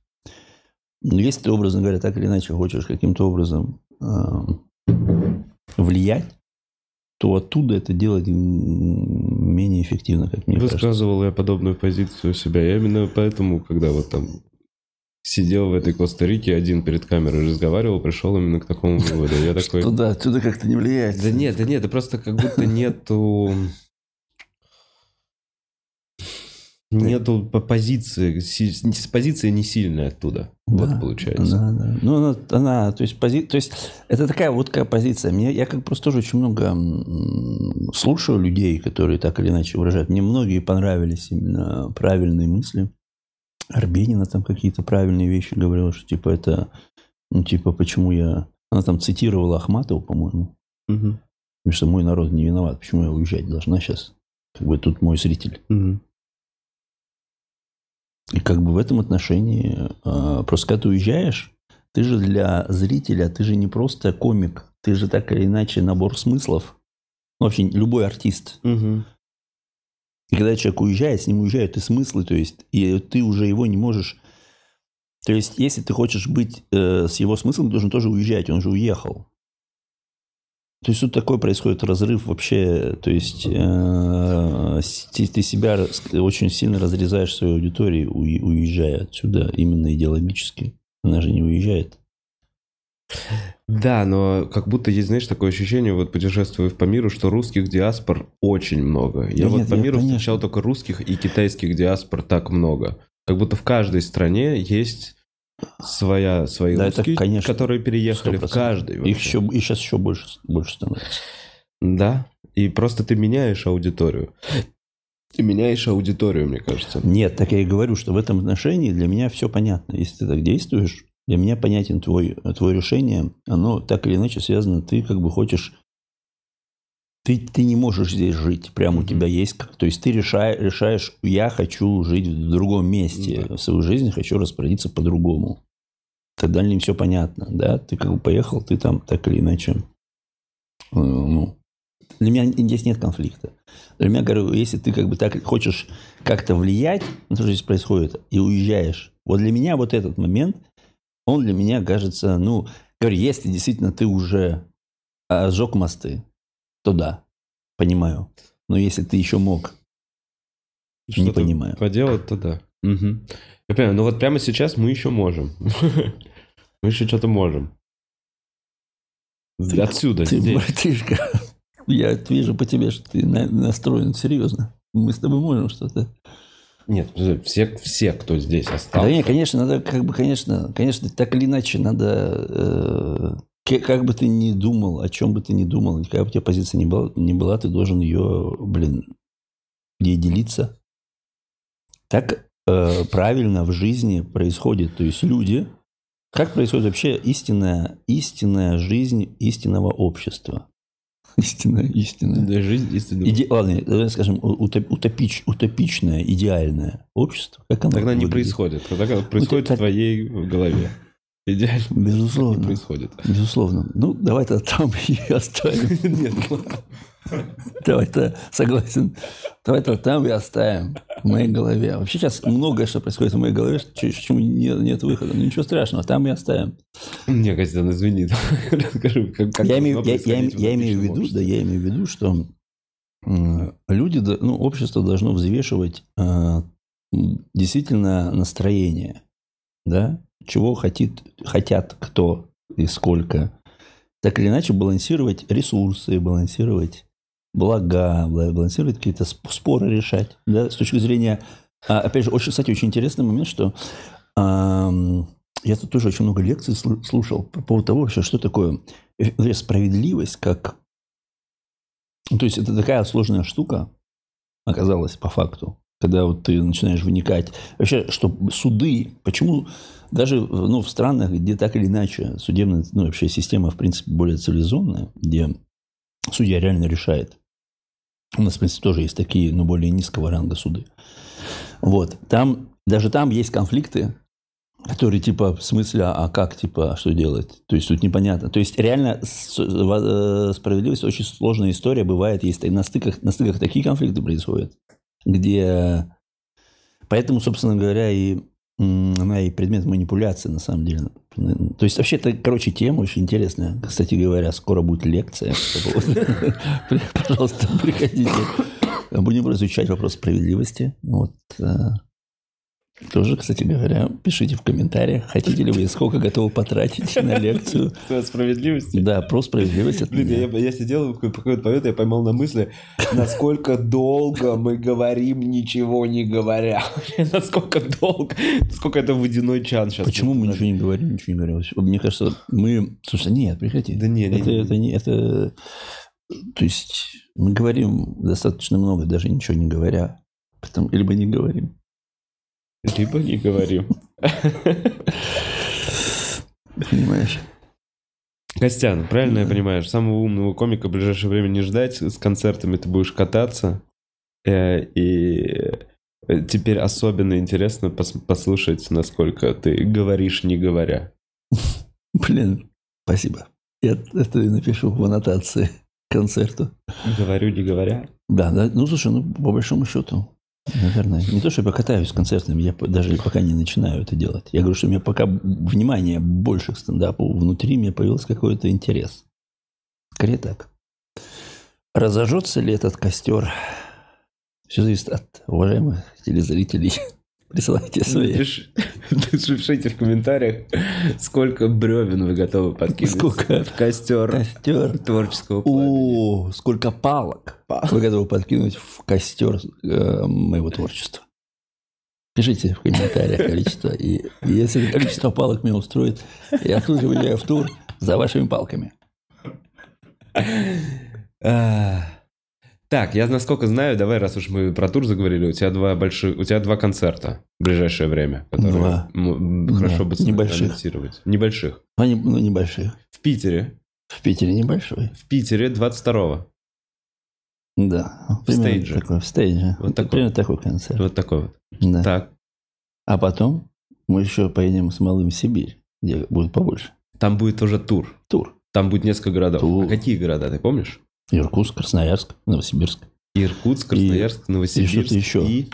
Но если ты, образно говоря, так или иначе хочешь каким-то образом э, влиять, то оттуда это делать м, менее эффективно, как мне кажется.
Высказывал я подобную позицию у себя. Я именно поэтому, когда вот там сидел в этой Коста-Рике один перед камерой разговаривал, пришел именно к такому выводу. Я такой...
Туда, оттуда как-то не влияет.
Да нет, да нет, да просто как будто нету... Нету по- позиции, си- с- позиция не сильная оттуда.
Да,
Вот получается.
Да, да. Ну, она, она, то есть, пози... то есть, это такая вот такая позиция. Мне, я как просто тоже очень много м, слушаю людей, которые так или иначе выражают. Мне многие понравились именно правильные мысли. Арбенина там какие-то правильные вещи говорила, что типа это, ну, типа, почему я... Она там цитировала Ахматова, по-моему,
Мгм.
потому что мой народ не виноват, почему я уезжать должна сейчас? Как бы тут мой зритель.
Мгм.
И как бы в этом отношении, э, просто когда ты уезжаешь, ты же для зрителя, ты же не просто комик, ты же так или иначе набор смыслов. Ну, вообще любой артист.
Мгм.
И когда человек уезжает, с ним уезжают и смыслы, то есть, и ты уже его не можешь... То есть, если ты хочешь быть э, с его смыслом, ты должен тоже уезжать, он же уехал. То есть, тут такой происходит разрыв вообще, то есть, э, с- ты, ты себя раз- очень сильно разрезаешь свою аудиторию, уе- уезжая отсюда, именно идеологически. Она же не уезжает.
Да, но как будто есть, знаешь, такое ощущение, вот путешествуя по миру, что русских диаспор очень много. Я
Да
вот
нет,
по
я-
миру
конечно.
встречал только русских и китайских диаспор так много. Как будто в каждой стране есть своя, свои
Да, это,
русские,
конечно,
которые переехали в
100%.
каждой.
Их
вообще.
еще, и сейчас еще больше, больше становится.
Да, и просто ты меняешь аудиторию. Ты меняешь аудиторию, мне кажется.
Нет, так я и говорю, что в этом отношении для меня все понятно. Если ты так действуешь, для меня понятен твой, твое решение. Оно так или иначе связано. Ты как бы хочешь... Ты, ты не можешь здесь жить. Прямо у
Мгм.
тебя есть... как- То есть ты решаешь, решаешь, я хочу жить в другом месте.
Да.
В свою жизнь хочу распорядиться по-другому. Тогда не все понятно, да? Ты как бы поехал, ты там так или иначе... э, Ну, для меня здесь нет конфликта. Для меня, говорю, если ты как бы так хочешь как-то влиять на то, что здесь происходит, и уезжаешь. Вот для меня вот этот момент, он для меня кажется, ну, говорю, если действительно ты уже а, сжег мосты, то да, понимаю. Но если ты еще мог,
Что-то
понимаю.
Поделать, то да. Мгм. Я понимаю, но вот прямо сейчас мы еще можем. Мы еще что-то можем. Отсюда,
ты,
здесь.
братишка, я вижу по тебе, что ты на- настроен серьезно. Мы с тобой можем что-то.
Нет, подожди, все, все, кто здесь
Да
остался.
нет, конечно, надо как бы, конечно, конечно, так или иначе надо, э, ке- как бы ты ни думал, о чем бы ты ни думал, какая бы у тебя позиция ни была, ни была, ты должен ее, блин, ей делиться. Так э, правильно в жизни происходит. То есть люди, как происходит вообще истинная, истинная жизнь истинного общества? Истинная, истинная.
Да, жизнь истинная.
Иде- Ладно, давай скажем, у- утоп- утопич- утопичное, идеальное общество. Как оно
Тогда
выглядит?
не
Ну, типа,
происходит. Тогда когда происходит в
это-
твоей голове. Идеально не
Безусловно.
происходит.
Безусловно. Ну, давай то там и оставим.
Нет, ладно.
Давай-то, согласен. Давай-то там и оставим. В моей голове. Вообще сейчас многое, что происходит в моей голове, что- чему нет, нет выхода. Ну, ничего страшного, там и оставим.
Мне, Костян, извини. Расскажи, как, как
я,
должно
имею, я- я им-
происходить
я имею в
утопичном
виду, да,
обществе?
я имею в виду, что м, люди, до- ну, общество должно взвешивать а, м, действительно настроение, да, чего хотит, хотят кто и сколько. Так или иначе балансировать ресурсы, балансировать блага, бла- балансировать какие-то сп- споры решать, да, с точки зрения... а, опять же, очень, кстати, очень интересный момент, что ам, я тут тоже очень много лекций слу- слушал по поводу того, вообще, что такое э, э, справедливость, как... Ну, То есть это такая сложная штука, оказалась по факту, когда вот ты начинаешь вникать. Вообще, что суды, почему даже в- ну, в странах, где так или иначе судебная, ну, вообще система, в принципе, более цивилизованная, где судья реально решает. У нас, в принципе, тоже есть такие, но более низкого ранга суды. Вот. Там, даже там есть конфликты, которые типа в смысле, а как типа, а что делать? То есть тут непонятно. То есть реально с- во- э, справедливость очень сложная история бывает, есть и на стыках, на стыках такие конфликты происходят, где Поэтому, собственно говоря, и м, она и предмет манипуляции, на самом деле. То есть, вообще, это, короче, тема очень интересная. Кстати говоря, скоро будет лекция. по поводу- Пожалуйста, приходите. Будем изучать вопрос справедливости. Вот. э, Тоже, кстати говоря, пишите в комментариях, хотите ли вы и сколько готовы потратить на лекцию.
Справедливости.
Да, про справедливость. от
Блин,
меня.
я, я сидел в какой- в какой-то момент, я поймал на мысли, насколько долго мы говорим, ничего не говоря. Насколько долго, насколько это водяной чан сейчас.
Почему мы ничего не говорим, ничего не говорим? Вообще, Мне кажется, мы... Слушай, нет, прекрати.
Да не, не,
это,
не.
это не... Это... То есть мы говорим достаточно много, даже ничего не говоря. Потом, либо не говорим.
Либо Типа не говорим.
Понимаешь?
Костян, правильно я
Да.
понимаю, самого умного комика в ближайшее время не ждать, с концертами ты будешь кататься, э, и э, теперь особенно интересно пос- послушать, насколько ты говоришь, не говоря.
Блин, спасибо. Я это и напишу в аннотации к концерту.
Говорю, не говоря.
Да, да, ну слушай, ну по большому счету, наверное, не то, что я покатаюсь с концертами, я по- даже пока не начинаю это делать. Я говорю, что у меня пока внимание больше к стендапу, внутри меня появился какой-то интерес. Скорее так. Разожжется ли этот костер? Все зависит от уважаемых телезрителей. Присылайте свои.
Напиши- Напишите в комментариях, сколько бревен вы готовы подкинуть
Сколько?
в костер
Костер.
творческого пламени.
О, сколько палок вы готовы подкинуть в костер э, моего творчества. Пишите в комментариях количество. И если количество палок меня устроит, я тут же выезжаю в тур за вашими палками.
А, Так, я насколько знаю, давай, раз уж мы про тур заговорили, у тебя два больших, у тебя два концерта в ближайшее время, которые
Два.
м, м,
Да,
хорошо бы
небольших.
анонсировать. Небольших.
Они ну, небольшие.
В Питере.
В Питере небольшой.
В Питере 22-го.
Да.
В
Примерно
стейдже.
Такой, в стейдже.
Вот такой.
Примерно такой концерт.
Вот такой вот.
Да.
Так.
А потом мы еще поедем с Малым в Сибирь, где будет побольше.
Там будет уже тур.
Тур.
Там будет несколько городов.
Тур.
А какие города, ты помнишь?
Иркутск, Красноярск, Новосибирск.
Иркутск, Красноярск, Новосибирск
что-то еще.
и-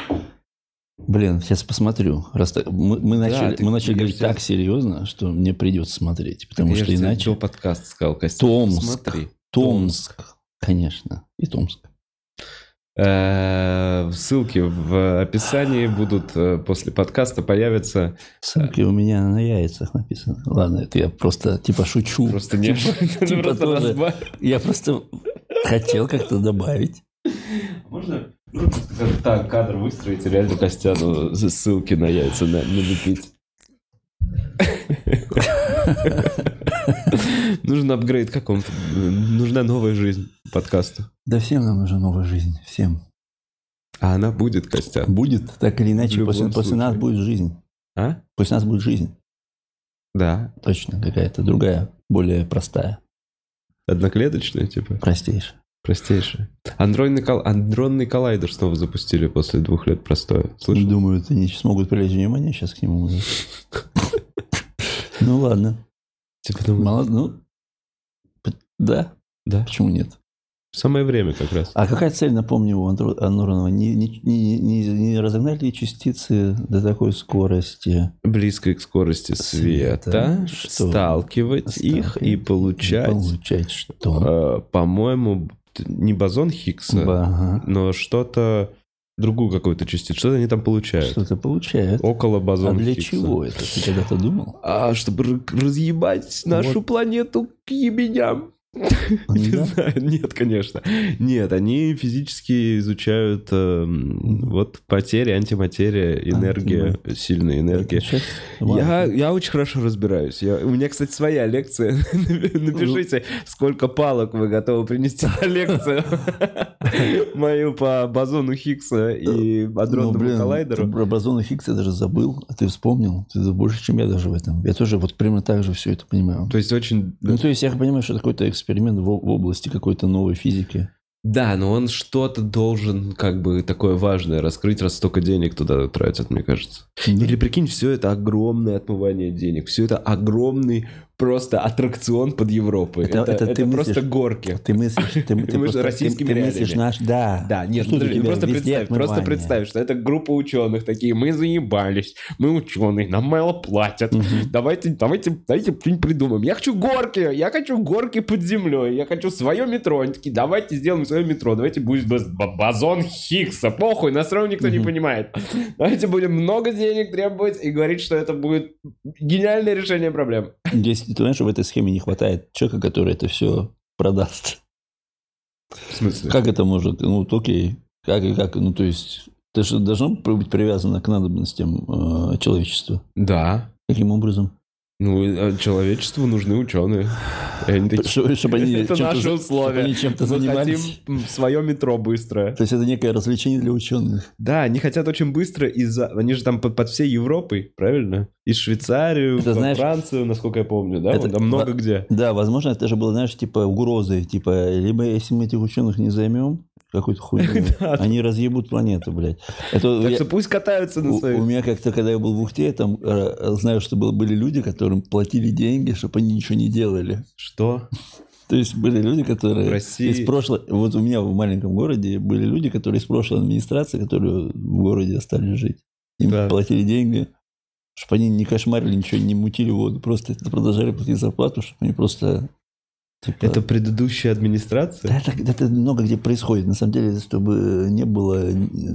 Блин, сейчас посмотрю. Раз так- мы, мы начали,
ты-
мы начали
я
говорить
же тебя-
так серьезно, что мне придется смотреть, потому
Я
что
же тебе
иначе
до подкаста сказал, Костя.
Томск.
Смотри.
Томск, конечно, и Томск.
Э, Ссылки в описании будут э, после подкаста появятся.
Ссылки у меня на яйцах написаны. Ладно, это я просто типа шучу.
Просто не
типа
просто
тоже.
разба-
Я просто хотел как-то добавить.
А Можно как так кадр выстроить и реально Костяну за ссылки на яйца на- налепить? Нужен апгрейд каком-то. Нужна новая жизнь подкасту.
Да всем нам нужна новая жизнь, всем.
А она будет, Костян.
Будет так или
В
иначе,
любом
после, после нас
случае.
будет жизнь.
А?
После нас будет жизнь.
Да.
Точно, какая-то другая, более простая,
Одноклеточная, типа.
простейшая.
Простейшая. Андронный, кол- андронный коллайдер снова запустили после двух лет простоя. Слышал?
Думаю, это не смогут привлечь внимание сейчас к нему. уже. Ну ладно.
Типа, думаю,
Мало, ну, п- да,
да.
почему нет?
Самое время как раз.
А какая цель, напомню, у Андро- Ануронова? Не, не, не- не- не разогнали ли частицы до такой скорости?
близко к скорости света,
Света, что?
сталкивать их и
Сталкивать,
получать,
Получать что?
э, по-моему, т- не бозон Хиггса,
Ба- ага.
но что-то другую какую-то частицу. Что-то они там получают.
Что-то получают.
Около
А
бозона
для
Хиггса.
чего это? Ты когда-то думал?
А, чтобы р- разъебать нашу планету к ебеням. Не
А, ну Да?
знаю, нет, конечно. Нет, они физически изучают эм, вот потери, антиматерия, энергия, сильная энергия.
Сейчас,
Я,
ладно.
я очень хорошо разбираюсь. Я, у меня, кстати, своя лекция. Ну. Напишите, сколько палок вы готовы принести на лекцию мою по бозону Хиггса и
Ну,
адронному
блин, ты
коллайдеру.
про бозоны Хиггса даже забыл, а ты вспомнил. Ты больше, чем я даже в этом. Я тоже вот примерно так же все это понимаю.
То есть очень...
Ну, то есть я понимаю, что это какой-то эксперимент в, в области какой-то новой физики.
Да, но он что-то должен как бы такое важное раскрыть, раз столько денег туда Ну тратят, мне кажется. Или прикинь, все это огромное отмывание денег, все это огромный просто аттракцион под Европой.
Это-
Это,
это ты
это просто
мыслишь.
горки.
Ты мыслишь, ты, ты
Мы
просто-
же российскими
ты- ты мыслишь
реалиями.
наш, да.
Да, нет,
Что
ну,
же у
подожди, ну,
тебя
просто
везде
представь, просто
отмывание?
представь, что это группа ученых такие, мы заебались, мы ученые, нам мало платят,
Мгм.
давайте, давайте, давайте что-нибудь придумаем. Я хочу горки, я хочу горки под землей, я хочу свое метро. Они такие, давайте сделаем свое метро, давайте будет баз- ба- бозон Хиггса, похуй, нас равно никто не
Мгм.
понимает. Давайте будем много денег требовать и говорить, что это будет гениальное решение проблем.
Здесь, ты понимаешь, в этой схеме не хватает человека, который это все продаст.
В смысле?
Как это может? Ну, вот окей. Как и как? Ну, то есть, это же должно быть привязано к надобностям э, человечества.
Да.
Каким образом?
Ну, э, человечеству нужны ученые. И они такие,
Чтобы, они
Это
чем-то
наши
за-
условия.
Они чем-то
Мы
занимались.
хотим свое метро быстро.
То есть, это некое развлечение для ученых.
Да, они хотят очень быстро из-за... Они же там под, под всей Европой, правильно? И Швейцарию,
Это
во
знаешь-
Францию, насколько я помню, да?
Это-
Вон там много где.
Да, возможно, это же было, знаешь, типа угрозы. Типа, либо если мы этих ученых не займем, какой-то хуйню,
Да.
они разъебут планету, блядь. Это
Так
я-
что пусть катаются на
У, у
своих...
меня как-то, когда я был в Ухте, я там э, знаю, что было- были люди, которым платили деньги, чтобы они ничего не делали.
Что?
То есть были люди, которые
В России-
э, из прошлой... Вот у меня в маленьком городе были люди, которые из прошлой администрации, которые в городе стали жить. Им
Да.
платили деньги, чтобы они не кошмарили, ничего не мутили воду. Просто это продолжали платить зарплату, чтобы они просто... типа,
Это предыдущая администрация?
да, это, это много где происходит. На самом деле, чтобы не было...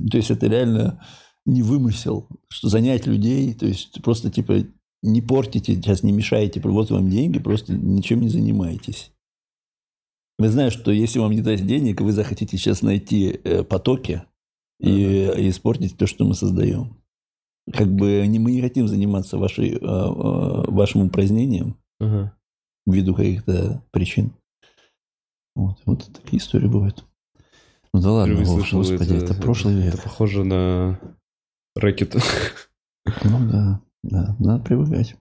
То есть, это реально не вымысел, что занять людей, то есть, просто типа не портите, сейчас не мешаете, вот вам деньги, просто ничем не занимаетесь. Вы знаете, что если вам не дать денег, вы захотите сейчас найти э, потоки и, и испортить то, что мы создаем. Как бы не, мы не хотим заниматься вашей, э, э, вашим упразднением
Ага.
ввиду каких-то причин. Вот, вот такие истории бывают. Ну да ладно,
Впервые
Вов,
слышал
господи, это, прошлый век.
Это похоже на рэкет.
Ну да, да, надо привыкать.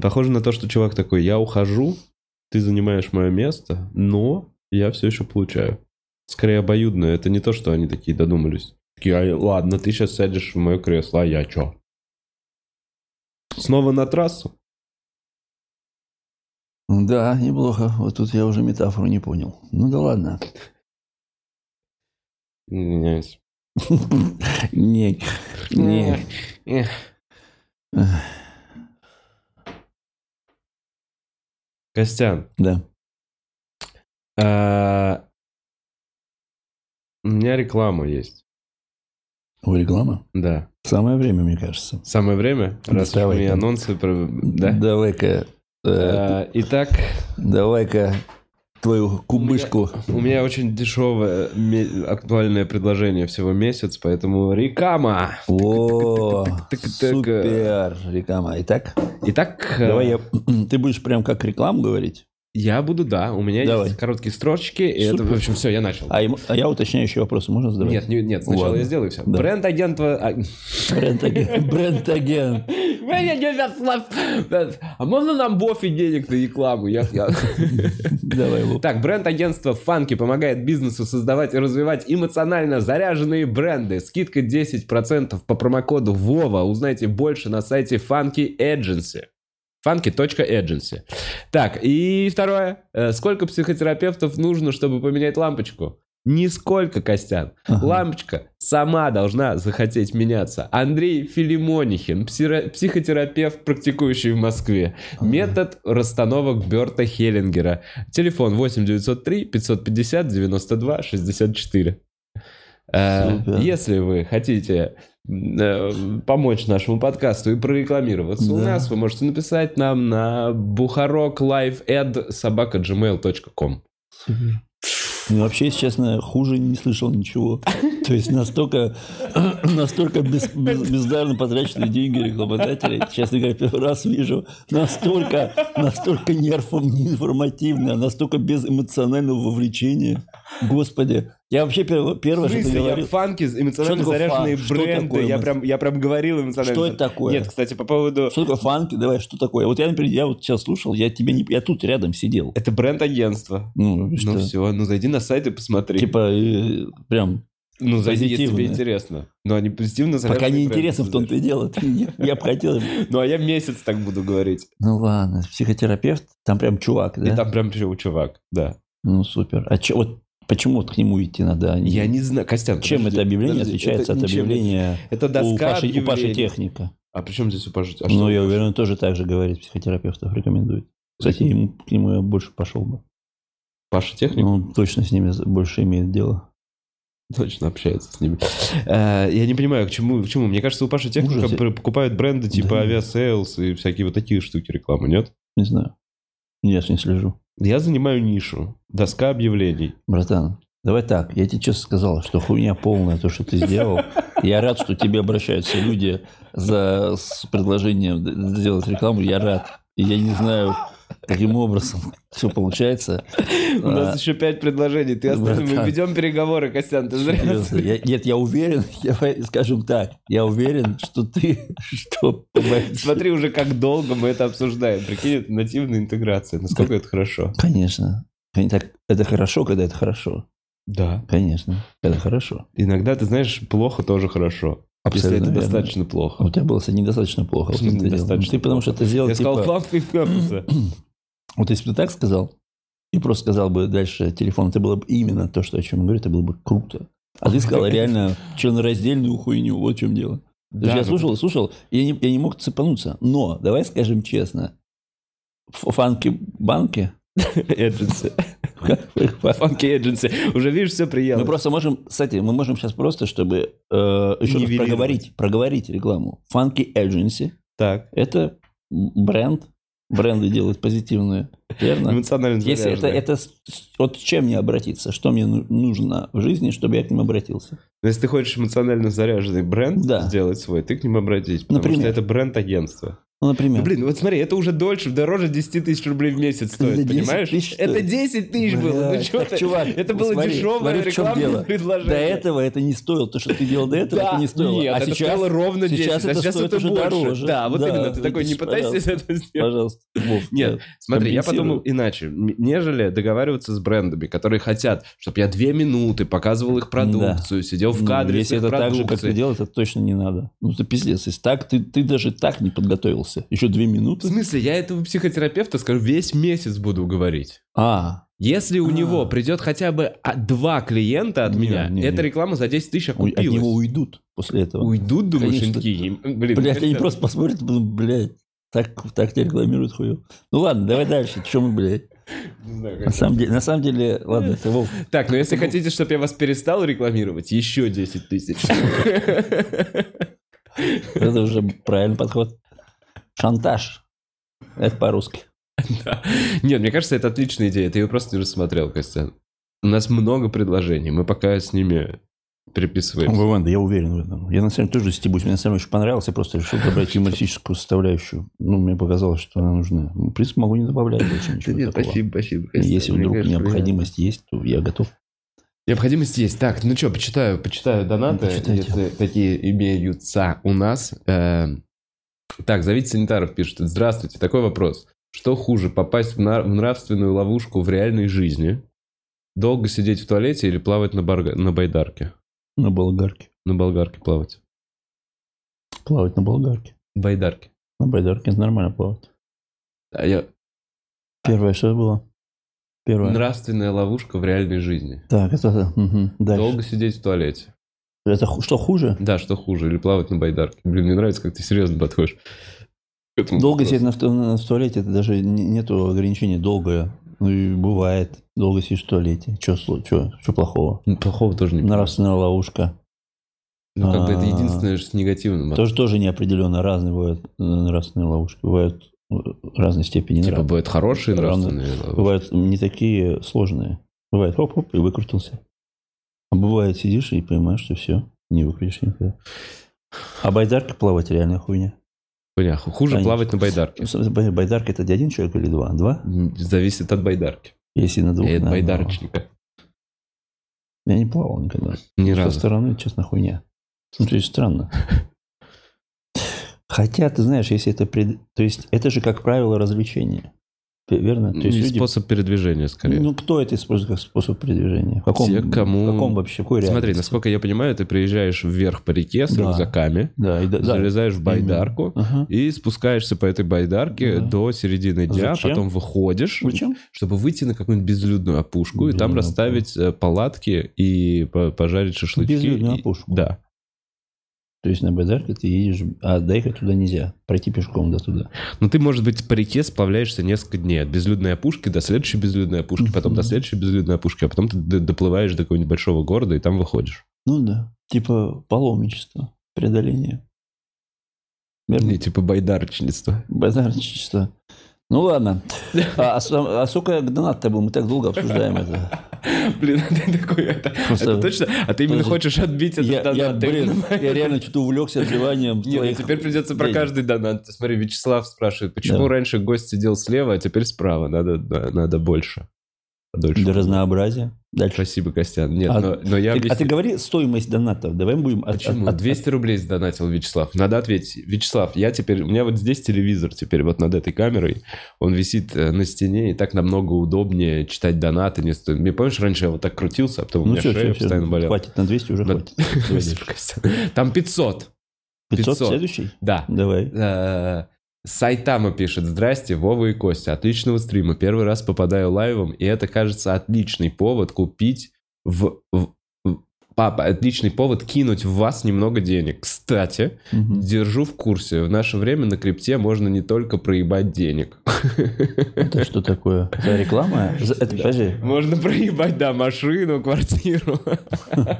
Похоже на то, что чувак такой, я ухожу, ты занимаешь мое место, но я все еще получаю. Скорее обоюдно, это не то, что они такие додумались. Такие, «Ай, ладно, ты сейчас сядешь в мое кресло, а я чё? Снова на трассу?
Ну Да, неплохо. Вот тут я уже метафору не понял. Ну да ладно.
Извиняюсь.
Не, не.
Эх. Костян,
Да.
а, у меня реклама есть.
У реклама?
Да.
Самое время, мне кажется.
Самое время, раз уж
Доставай
мы и
там.
анонсы... про- Да?
Давай-ка, э,
А, Итак,
давай-ка твою кубышку.
У меня очень дешевое ме- актуальное предложение всего месяц, поэтому рекама.
О,
Тык-тык-тык-тык-тык-тык.
супер реклама. Итак,
Итак, э,
давай я... Ты будешь прям как рекламу говорить?
я буду, да, у меня
Давай.
есть короткие строчки, и это,
Супер.
в общем, все, я начал.
А, ему- а я уточняющие вопросы можно задавать?
Нет, не- нет, сначала
Ладно.
я сделаю все.
Да.
Бренд агентства...
Брентаген. Брентаген.
А можно нам бофи денег на рекламу? Я- я-
Давай его.
Так, бренд-агентство Фанки помогает бизнесу создавать и развивать эмоционально заряженные бренды. Скидка 10% по промокоду Вова. Узнайте больше на сайте Funky Agency. Funky.agency. Так, и второе. Э, Сколько психотерапевтов нужно, чтобы поменять лампочку? Нисколько, Костян.
Ага.
Лампочка сама должна захотеть меняться. Андрей Филимонихин, псира- психотерапевт, практикующий в Москве. Метод расстановок Берта Хеллингера. Телефон 8903 550 92 64. Э,
Супер.
Если вы хотите э, помочь нашему подкасту и прорекламироваться у
Да.
нас, вы можете написать нам на buharoklifead.gmail.com
Ну, вообще, если честно, хуже не слышал ничего. То есть настолько, настолько без- без- бездарно потраченные деньги рекламодателей. Честно говоря, первый раз вижу настолько, настолько нервом неинформативно, настолько без эмоционального вовлечения. Господи, я вообще перво- первое,
В
что ты
смысле, я
говорил,
фанки, эмоционально
Что такое
заряженные
фан? Что
бренды.
такое
Я
эмоци-
прям, я прям говорил эмоционально.
Что это такое?
Нет, кстати, по поводу...
что такое фанки, давай, что такое? Вот я, например, я вот сейчас слушал, я тебя не, я тут рядом сидел.
Это бренд-агентство.
Ну,
Ну
что?
все, ну зайди на сайт и посмотри.
Типа, э, прям
Ну, зайди, если тебе
Позитивные.
интересно. Но они позитивно
Пока не
заряженные
интересно, в
прям,
том-то и дело. Ты- Я я бы хотел...
Ну, а я месяц так буду говорить.
Ну ладно, психотерапевт, там прям чувак,
И
да?
там прям чу- чувак, да.
Ну супер. А че, вот почему вот к нему идти надо? а не-
Я не знаю. Костян,
Чем
подожди,
это объявление
подожди,
отличается
это
от
ничем не-
объявления
Это
у
доска
Паши, у Паши
объявлений.
техника?
А при чем здесь у Паши? А
ну,
что?
я уверен, он тоже так же говорит, психотерапевтов рекомендует. Кстати, ему, к нему я больше пошел бы.
Паша техник?
Ну, он точно с ними больше имеет дело.
Точно общается с ними. Э, Я не понимаю, к чему, к чему. Мне кажется, у Паши техника
Ужас.
пр- покупают бренды типа
Да.
Aviasales и всякие вот такие штуки рекламы, нет?
Не знаю. Я ж не слежу.
Я занимаю нишу. Доска объявлений.
Братан, давай так. Я тебе честно сказал, что хуйня полная то, что ты сделал. Я рад, что к тебе обращаются люди за, с предложением д- сделать рекламу. Я рад. И я не знаю, каким образом все получается.
У
А,
нас еще пять предложений. Ты остальные мы
братан.
ведем переговоры, Костян, ты зря.
Серьезно, я- нет, я уверен, я- скажем так, я уверен, что ты, что побоишься.
Смотри уже, как долго мы это обсуждаем. Прикинь, это нативная интеграция. Насколько это хорошо.
Конечно. Они так- Это хорошо, когда это хорошо.
Да.
Конечно, это хорошо.
Иногда, ты знаешь, плохо тоже хорошо. Если это
верно.
достаточно
А У
плохо.
тебя было, кстати, недостаточно плохо. Вот
Почему
это дело.
недостаточно
ты потому
плохо?
что ты сделал,
Я сказал,
типа,
фанфик Фэнтези».
вот если бы ты так сказал, и просто сказал бы дальше телефон, это было бы именно то, что о чем я говорю, это было бы круто. А ты сказал реально раздельную хуйню, вот в чем дело. То есть
Да,
я
ну,
слушал, слушал, я не, я не мог цепануться. Но, давай скажем честно, ф- фанки-банки...
Agency.
Мы
Фанки Agency. Уже видишь, все приело.
просто можем, кстати, мы можем сейчас просто, чтобы э, еще раз
Нивелировать.
проговорить, проговорить рекламу. Funky Agency
Так.
– это бренд, бренды делают позитивные, верно?
Эмоционально
Если это,
заряженная.
это с- с- вот с чем мне обратиться, что мне ну- нужно в жизни, чтобы я к ним обратился?
Но Если ты хочешь эмоционально заряженный бренд
Да.
сделать свой, ты к ним обратись. Потому
Например.
что это бренд агентства.
Ну, например.
Ну, блин, вот смотри, это уже дольше, дороже 10 тысяч рублей в месяц стоит,
10
понимаешь?
тысяч стоит.
это 10 тысяч было. Ну
Блядь,
что
так,
ты?
чувак,
это
ну,
было
смотри,
дешевое
смотри, в чем
рекламное
дело.
предложение.
До этого это не стоило, то, что ты делал до этого,
Да,
это не стоило.
Нет,
а
это
сейчас,
стоило ровно 10,
сейчас
а
это
сейчас
стоит
это
уже
больше.
дороже.
Да, вот
Да,
именно, ты такой, не
видишь,
пытайся это сделать.
пожалуйста, Вов,
Нет,
да,
смотри, я
компенсирую.
подумал иначе. М- Нежели договариваться с брендами, которые хотят, чтобы я две минуты показывал их продукцию, сидел в
Ну,
кадре с
Если
их
это так же, как ты
продукцией.
делал, это точно не надо. Ну, это пиздец. Если так, ты, ты даже так не подготовился. Еще две
В
минуты.
смысле, я этого психотерапевта скажу, весь месяц буду говорить.
А,
Если у
А.
него придет хотя бы а, два клиента от
Не,
меня,
не,
эта
не.
реклама за 10 тысяч
у- от него
окупилась.
уйдут после этого.
Уйдут, думаешь, они
Конечно.
такие, «Им- блин,
Блять, они
это-
просто посмотрят, и будут, блядь, так, так тебя рекламируют хую. Ну ладно, давай дальше. Чем мы, блядь?
Не знаю,
На
как
самом деле, на самом деле, ладно, это Вов.
это. Так, но если
Это был-
хотите, чтобы я вас перестал рекламировать, еще 10 тысяч.
Это уже правильный подход. Шантаж. Это по-русски.
Да. Нет, мне кажется, это отличная идея. Ты ее просто не рассмотрел, Костян. У нас много предложений, мы пока с ними переписываемся.
Вован, я уверен в этом. Я на самом деле тоже стебусь. Мне на самом деле очень понравилось. Я просто решил добавить юмористическую составляющую. Ну, мне показалось, что она нужна. В принципе, могу не добавлять больше ничего такого.
спасибо.
Если вдруг необходимость есть, то я готов.
Необходимость есть. Так, ну что, почитаю, почитаю донаты,
Ну, почитайте.
если такие имеются у нас. Эм, Так, зовите санитаров, пишет. Здравствуйте, такой вопрос. Что хуже, попасть в нар- в нравственную ловушку в реальной жизни? Долго сидеть в туалете или плавать на, барга- на байдарке?
На болгарке.
На болгарке плавать.
Плавать на болгарке.
Байдарке.
На байдарке нормально плавать.
А я-
Первое что было? Первое.
Нравственная ловушка в реальной жизни.
Так, это... да, мгм, Дальше.
Долго сидеть в туалете.
Это ху- что хуже?
Да, что хуже, или плавать на байдарке. Блин, мне нравится, как ты серьезно подходишь. к этому
Долго
вопросу.
сидеть на, ту- на- в туалете, это даже не- нету ограничения долгое. Ну и бывает. Долго сидишь в туалете. Че, плохого?
Ну, Плохого тоже не понимаю.
Нравственная ловушка.
Ну, как бы это
А.
единственное что с негативным.
Тоже тоже неопределенно. Разные бывают э, нравственные ловушки. Бывают э, разной степени.
Типа
нрав-
бывают хорошие
Равно.
нравственные. э, ловушки.
Бывают не такие сложные. Бывает хоп-хоп и выкрутился. А бывает сидишь и понимаешь, что все, не выкрутишь никогда. А байдарка плавать реальная хуйня.
Хуйня. Хуже
Конечно.
плавать на байдарке.
Собственно, бай- Байдарка это один человек или два? Два?
М, Зависит от байдарки.
Если на двух.
Я
на
байдарочника.
одного. Я не плавал никогда.
Ни
Со
разу.
стороны, честно, хуйня. Ну, то есть странно. Хотя, ты знаешь, если это... пред- То есть это же, как правило, развлечение. Верно? То есть
Ну, И
люди...
способ передвижения, скорее.
Ну, кто это использует как способ передвижения? В каком,
Те, кому-
в каком вообще? в Какой
Смотри,
реальности?
насколько я понимаю, ты приезжаешь вверх по реке с
Да.
рюкзаками,
Да, и да, да.
залезаешь в байдарку
Ага.
и спускаешься по этой байдарке
Да.
до середины дня,
Зачем?
потом выходишь,
Зачем?
чтобы выйти на какую-нибудь безлюдную опушку и там
Безлюдную
расставить э, палатки и по- пожарить шашлычки.
Безлюдную
и-
опушку.
Да.
То есть на байдарке ты едешь, а доехать туда нельзя, пройти пешком до туда.
Но Ну, ты, может быть, по реке сплавляешься несколько дней от безлюдной опушки до следующей безлюдной опушки, потом до
Мгм.
следующей безлюдной опушки, а потом ты д- доплываешь до какого-нибудь большого города и там выходишь.
Ну да, типа паломничество, преодоление. Верно?
Не, типа байдарочничество.
Базарничество. Ну ладно. А, а сам- а сколько донат-то был? Мы так долго обсуждаем это.
Блин, а ты такой, это,
Просто-
это точно? А ты именно
Подожди.
хочешь отбить этот
Я,
донат?
я,
ты
блин,
понимаешь?
я реально что-то увлекся отбиванием
Не, ну
твоих
теперь придется про
денег.
каждый донат. Ты Смотри, Вячеслав спрашивает, почему
Да.
раньше гость сидел слева, а теперь справа? Надо, на- надо больше. Дольше.
Для разнообразия. Дальше.
Спасибо, Костян. Нет,
А
но, но я
Ты- а ты
объясню.
говори стоимость донатов. Давай мы будем... от-
Почему?
от- от-
200 а, рублей сдонатил Вячеслав. Надо ответить. Вячеслав, я теперь... У меня вот здесь телевизор теперь, вот над этой камерой. Он висит э, на стене, и так намного удобнее читать донаты. Не стоит. Мне помнишь, раньше я вот так крутился, а потом у
Ну
меня
все,
шея
все,
постоянно болела.
Хватит, на 200 уже
Да.
хватит.
Спасибо, Костян. Там 500.
500
500.
следующий?
Да.
Давай.
Э, Сайтама пишет, здрасте, Вова и Костя, отличного стрима, первый раз попадаю лайвом, и это, кажется, отличный повод купить в... в- в- Папа, отличный повод кинуть в вас немного денег. Кстати,
Мгм.
держу в курсе, в наше время на крипте можно не только проебать денег.
Это что такое? Это реклама? За- Это, подожди.
Можно проебать, да, машину, квартиру.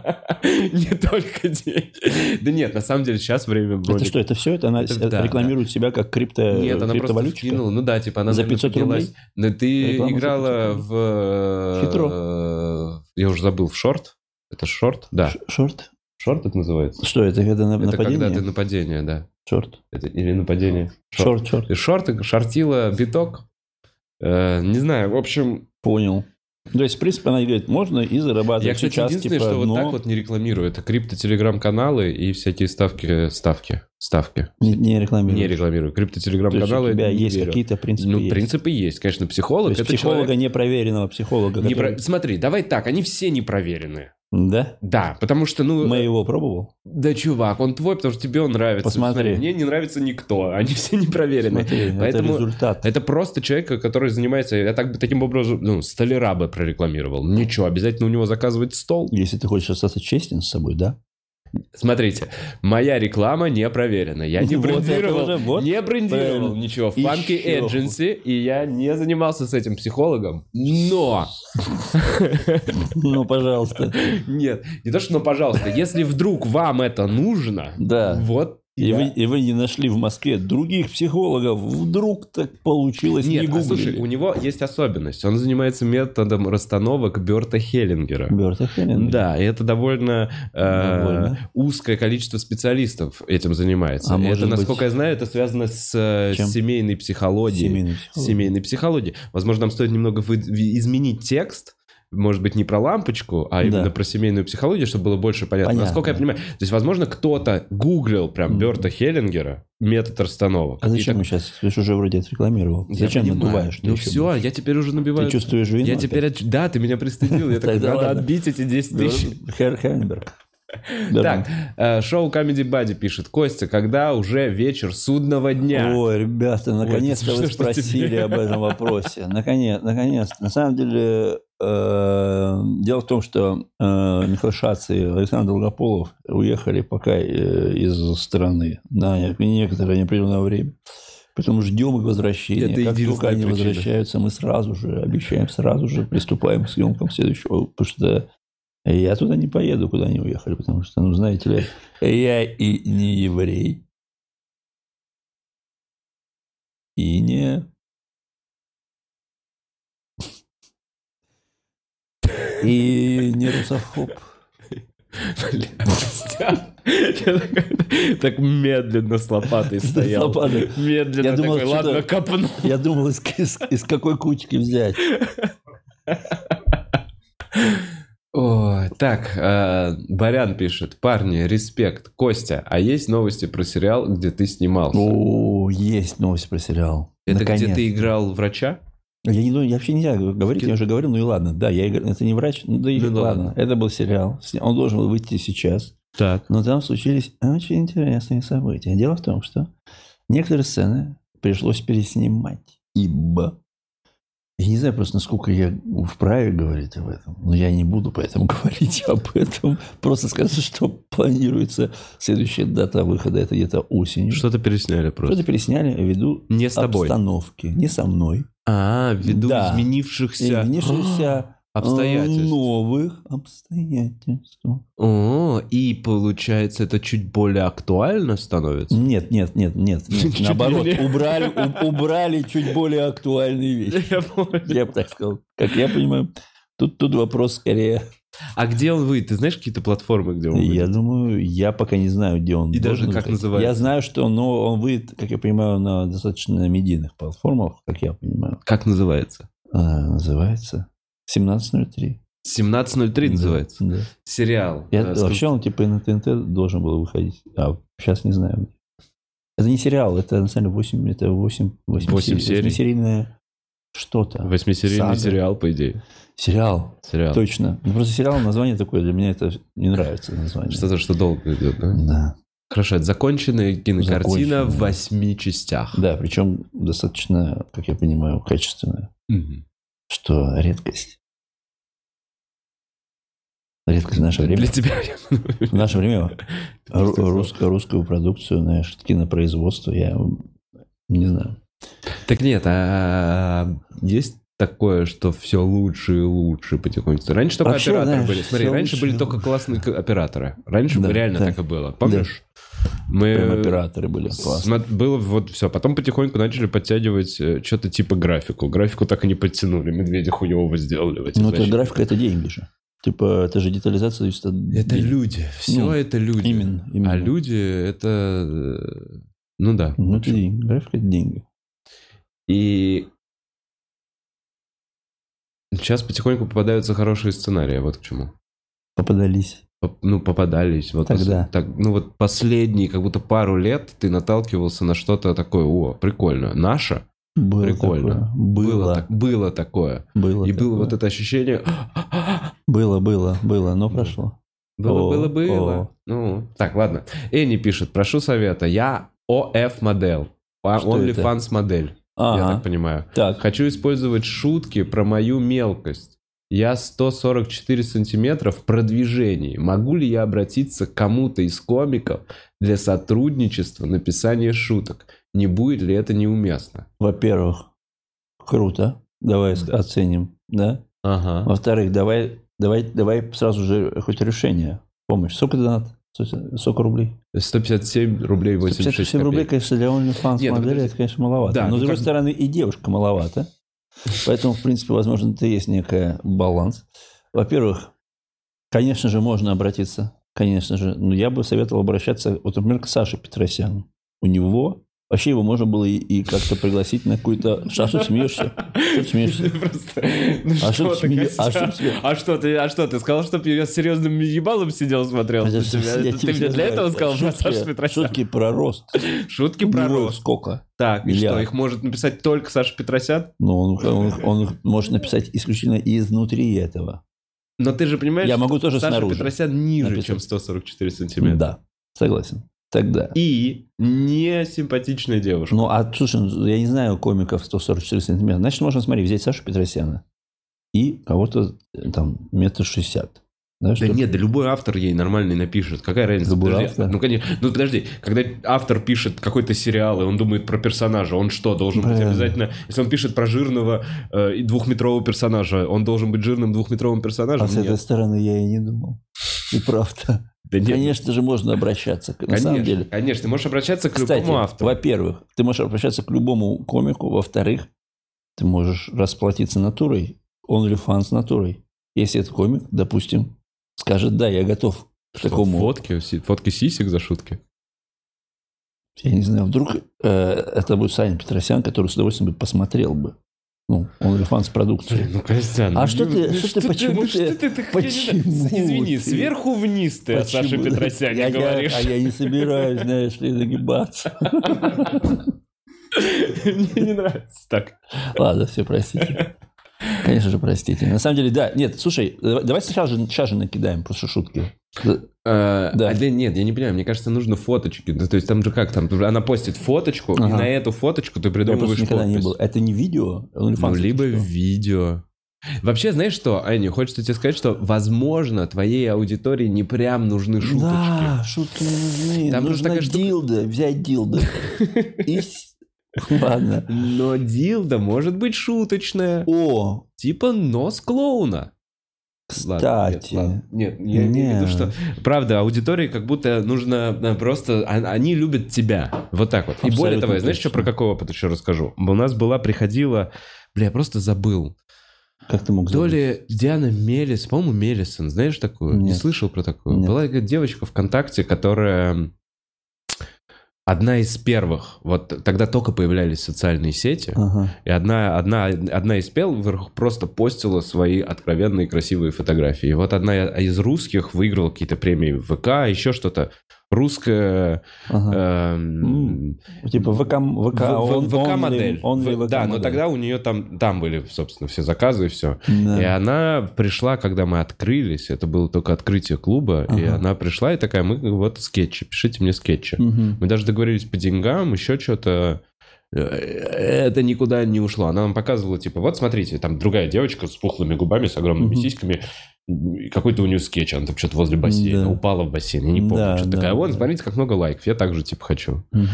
Не только деньги. Да нет, на самом деле сейчас время
Это
вроде
что, э, это все? Это она
Это
с-
да,
рекламирует себя как крипто,
Нет, она просто
криптовалютчика?
вкинула. Ну да, типа она
За
наверное,
500
поднялась.
рублей?
Но ты
Реклама за
играла
500 рублей.
в... э, Я уже забыл, в шорт? Это шорт? Да.
Ш- Шорт?
Шорт это называется?
Что это? Это на-
Это
нападение?
когда ты нападение, да.
Шорт.
Это- Или нападение.
Шорт, шорт.
И Шорт, шортила биток. Э, не знаю, в общем,
Понял. То есть, в принципе, она говорит, можно и зарабатывать
я, кстати,
сейчас,
единственное,
типа,
что
но
вот так вот не рекламирую, это крипто-телеграм-каналы и всякие ставки, ставки, ставки.
не, не рекламируешь.
Не рекламирую.
То есть,
Крипто-телеграм-каналы
у тебя
не
есть
верю.
какие-то принципы?
Ну,
есть.
принципы есть. Конечно,
То
психолог
есть
это
психолога
человек...
непроверенного психолога,
Не
который-
про- Смотри, давай так, они все непроверенные.
Да?
Да, потому что, ну,
Мы его пробовал?
да, чувак, он твой, потому что тебе он нравится. Ну,
Посмотри.
Мне не нравится никто, они все непроверенные.
Смотри,
Поэтому-
это результат.
Это просто человек, который занимается, я так бы таким образом, ну, столяра бы прорекламировал. Ничего, обязательно у него заказывать стол.
Если ты хочешь остаться честен с собой, да?
Смотрите, моя реклама не проверена. Я не
Вот это
брендировал,
уже, вот
не брендировал
правильно.
ничего.
Еще
Фанки Эдженси, и я не занимался с этим психологом. Но!
Ну, пожалуйста.
Нет, не то, что но, пожалуйста, если вдруг вам это нужно,
Да.
вот
И
я-
вы, и вы не нашли в Москве других психологов. Вдруг так получилось,
Нет,
не
а слушай, у
гуглили.
него есть особенность. Он занимается методом расстановок Берта Хеллингера.
Берта Хеллингер.
Да, и это довольно, э,
Довольно.
узкое количество специалистов этим занимается.
А
это,
может быть-
насколько я знаю, это связано с э,
Чем?
семейной психологией.
Семейный психолог.
Семейной психологией. Возможно, нам стоит немного вы- ви- изменить текст. Может быть, не про лампочку, а
Да.
именно про семейную психологию, чтобы было больше понятно.
Понятно.
Насколько я понимаю. То есть, возможно, кто-то гуглил прям
Мгм.
Берта Хеллингера метод расстановок.
А
И
зачем
так-
мы сейчас? Ты же уже вроде отрекламировал.
Я
зачем
понимаю.
надуваешь?
Ну
Ты
все, я теперь уже набиваю.
Ты чувствуешь вину?
Я
опять?
теперь... отч- Да, ты меня пристыдил. Я такой,
Тогда
надо
ладно.
отбить эти 10 тысяч.
Бер- Хер- Хелленберг. Берман.
Так, э, шоу Comedy Buddy пишет. Костя, когда уже вечер судного дня?
Ой, ребята, наконец-то
это
вы
что ж ты
спросили
теперь?
об этом вопросе. Наконец, наконец. На самом деле, э, дело в том, что э, Михаил Шац и Александр Долгополов уехали пока э, из страны на некоторое неопределенное время. Поэтому ждем их возвращения.
Это
как только
единственная
они
причина.
возвращаются, мы сразу же, обещаем, сразу же приступаем к съемкам следующего. Потому что я туда не поеду, куда они уехали. Потому что, ну, знаете ли, я и не еврей. И не... И не русофоб.
Бля, Костя, я такой- Так медленно с лопатой
С
стоял.
лопатой.
Медленно
Я думал,
такой, ладно,
что-то-
копну.
Я думал, из, из- из какой кучки взять.
Ой, так, э, Барян пишет. Парни, респект. Костя, а есть новости про сериал, где ты снимался?
О, есть новость про сериал.
Это где
Наконец.
ты играл врача?
Я не думаю, я вообще нельзя говорить, я уже говорил, ну и ладно. Да, я и говорю, это не врач, ну да и
Да
ладно.
ладно.
Это был сериал, сня- он должен был выйти сейчас.
Так.
Но там случились очень интересные события. Дело в том, что некоторые сцены пришлось переснимать. Ибо... Я не знаю просто, насколько я вправе говорить об этом, но я не буду поэтому говорить об этом. Просто скажу, что планируется следующая дата выхода, это где-то осенью.
Что-то пересняли
Что-то
просто.
пересняли ввиду
Не с тобой.
обстановки, не со мной.
А, ввиду
Да.
изменившихся...
И внешнихся, э,
Обстоятельств.
Новых обстоятельств.
О, и получается, это чуть более актуально становится.
Нет, нет, нет, нет. нет.
Чуть
Наоборот,
более.
убрали, у- убрали чуть более актуальные вещи. Я бы так сказал. Как я понимаю, тут, тут вопрос скорее.
А где он выйдет? Ты знаешь какие-то платформы, где он
Я
выйдет?
думаю, я пока не знаю, где он.
И даже
должен
как
быть.
называется?
Я знаю, что но он выйдет, как я понимаю, на достаточно медийных платформах, как я понимаю.
Как называется?
А, называется 17.03.
17.03 называется.
Да.
Сериал.
Я,
Э, с-
вообще он типа и на ТНТ должен был выходить, а сейчас не знаю. Это не сериал, это на самом деле 8, это 8, 8,
Восемь серий.
серийное что-то.
Восьмисерийный
Сага.
сериал, по идее.
Сериал,
Сериал.
точно. Ну, просто сериал, название такое, для меня это не нравится название.
Что-то, что долго идет, да?
Да.
Хорошо, это законченная кинокартина
Законченная.
в восьми частях.
Да, причем достаточно, как я понимаю, качественное,
Мгм.
что редкость. Редкость в наше время.
Для тебя.
В наше время ру-
Просто
русско- русскую продукцию, знаешь, кинопроизводство, я не знаю.
Так нет, а есть такое, что все лучше и лучше потихоньку. Раньше только
Вообще,
операторы
знаешь,
были. Смотри,
всё
раньше
лучше и
были только
лучше.
классные к- операторы. Раньше
Да,
реально
да.
так и было. Помнишь? Мы
Прям операторы были. Классно.
смо- Было вот все. Потом потихоньку начали подтягивать что-то типа графику. Графику так и не подтянули. Медведя хуевого сделали. в этих
Ну, это
защитах.
графика, это деньги же. Типа, это же детализация. то есть
э,
деньги.
Это люди. Все
Ну,
это люди.
именно, именно.
А люди это... э, Ну да.
Ну,
в
это
общем.
деньги. Графика – это деньги.
И сейчас потихоньку попадаются хорошие сценарии, вот к чему.
Попадались.
Поп- Ну, попадались. Вот
Тогда.
пос- так, ну, вот последние, как будто пару лет ты наталкивался на что-то такое, о, прикольно, наше.
Было
Прикольно.
такое. Было.
так- было такое.
было
И было
такое.
вот это ощущение, «А,
Было, было, было, но прошло.
Было,
О,
было, было.
о.
Ну, так, ладно. Энни пишет, прошу совета, я ОФ модель. Па-
Что это?
OnlyFans модель, я
Ага.
так понимаю.
так.
Хочу использовать шутки про мою мелкость. Я 144 сантиметра в продвижении. Могу ли я обратиться к кому-то из комиков для сотрудничества написания шуток? Не будет ли это неуместно?
Во-первых, круто. Давай с- оценим, да?
Ага.
Во-вторых, давай, давай, давай сразу же хоть решение. Помощь. Сколько донат? Сколько сколько рублей?
157 рублей 86
157 рублей,
копеек.
конечно, для OnlyFans
Нет, ну,
модели
подожди.
это, конечно, маловато.
Да,
Но,
ну,
с другой
как-
стороны, и девушка маловато. Поэтому, в принципе, возможно, это и есть некая баланс. Во-первых, конечно же, можно обратиться. Конечно же. Но я бы советовал обращаться, вот, например, к Саше Петросяну. У него... Вообще его можно было и, и как-то пригласить на какую-то... Саша, смеешься? Что ты смеешься?
Просто, ну
А что
ты,
ты смеё-
Костя?
а что ты смеё-
А что ты, а что ты сказал, чтобы я с серьезным ебалом сидел смотрел? на
Я
тебя?
тебя
Это А, Ты мне для
знаю.
этого сказал, что
Шутки-
Саша Петросян?
Шутки про рост.
Шутки
Ну,
про
вот
рост.
Сколько?
Так, и
Миллиард.
что, их может написать только Саша Петросян?
Но Ну, он, он, он их может написать исключительно изнутри этого.
Но ты же понимаешь,
Я
что
могу тоже
Саша
снаружи.
Петросян ниже,
написать.
чем 144 сантиметра.
Да, согласен. Тогда.
И не симпатичная девушка.
Ну, а слушай, ну, я не знаю комиков 144 сантиметра. Значит, можно, смотри, взять Сашу Петросяна и кого-то э, там метр шестьдесят. Да,
Да
чтоб-
нет, да любой автор ей нормальный напишет. Какая разница?
Любой
Подожди,
автор?
Ну, конечно. Ну, подожди. Когда автор пишет какой-то сериал, и он думает про персонажа, он что, должен быть
Правильно.
обязательно... Если он пишет про жирного э, и двухметрового персонажа, он должен быть жирным двухметровым персонажем?
а с этой
Нет.
стороны я и не думал. И правда.
Да нет.
Конечно же, можно обращаться. На
Конечно,
самом деле.
конечно. Ты можешь обращаться к
Кстати,
любому автору.
во-первых, ты можешь обращаться к любому комику. Во-вторых, ты можешь расплатиться натурой. Он фанс натурой. Если этот комик, допустим, скажет, да, я готов к
Что,
такому.
Фотки, си- фотки сисек за шутки?
Я не знаю, вдруг э, это будет Саня Петросян, который с удовольствием бы посмотрел бы. Ну, он фанс продукции.
ну, Костян.
А что ты- что ты- почему
ну,
ты-
что ты так- я не знаю.
почему
Извини,
ты-
сверху вниз ты о Саше
Почему? Я- а
Петросяне
я-
говоришь.
А я не собираюсь, знаешь ли, нагибаться.
Мне не нравится так.
Ладно, все, простите. Конечно же, простите. На самом деле, да. Нет, слушай, давай давай сейчас же, сейчас же накидаем просто шутки.
Э,
Да.
а для- нет, я не понимаю, мне кажется, нужно фоточки. Ну, то есть там же как, там она постит фоточку, и
Ага.
на эту фоточку ты
Я
придумываешь
просто никогда не
подпись.
был. типа. Это не видео?
Ну,
OnlyFans,
либо
это что?
видео. Вообще, знаешь что, Аня, хочется тебе сказать, что, возможно, твоей аудитории не прям нужны шуточки.
Да, шутки не нужны.
Там просто
Нужна
такая штука-
дилда, взять дилда. И... с- Ладно.
Но дилда может быть шуточная.
О,
Типа нос клоуна. Ладно, нет,
кстати.
ладно. нет, я имею в виду,
Нет.
что... Правда, аудитории как будто нужно э, просто... он- Они любят тебя. Вот так вот. И более
Абсолютно
того, я знаешь, что
точно.
про какой опыт еще расскажу? У нас была, приходила... Бля, я просто забыл.
Как ты мог
То
забыть?
ли Диана Мелис, по-моему, Мелисон, знаешь такую? Не
Нет.
слышал про такую.
Нет.
Была какая-то девочка ВКонтакте, которая одна из первых. Вот тогда только появлялись социальные сети.
Ага.
И одна, одна, одна из первых просто постила свои откровенные красивые фотографии. И вот одна из русских выиграла какие-то премии в ВК, еще что-то. Русская...
ага.
эм,
Типа ВК, А. ВК, он-
в- в-
only-
ВК-модель.
only
В-
VK
Да, но
модель.
тогда у нее там, там были, собственно, все заказы и все.
Да.
И она пришла, когда мы открылись, это было только открытие клуба, и
Ага.
она пришла и такая, мы вот скетчи, пишите мне скетчи.
Мгм.
Мы даже договорились по деньгам, еще что-то. Э, Это никуда не ушло. Она нам показывала, типа, вот смотрите, там другая девочка с пухлыми губами, с огромными
Мгм.
сиськами, и какой-то у нее скетч, она там что-то возле бассейна,
Да.
упала в бассейн, я не помню,
Да,
что-то
да,
такая. Вон,
да.
смотрите, как много лайков, я также, типа, хочу.
Мгм.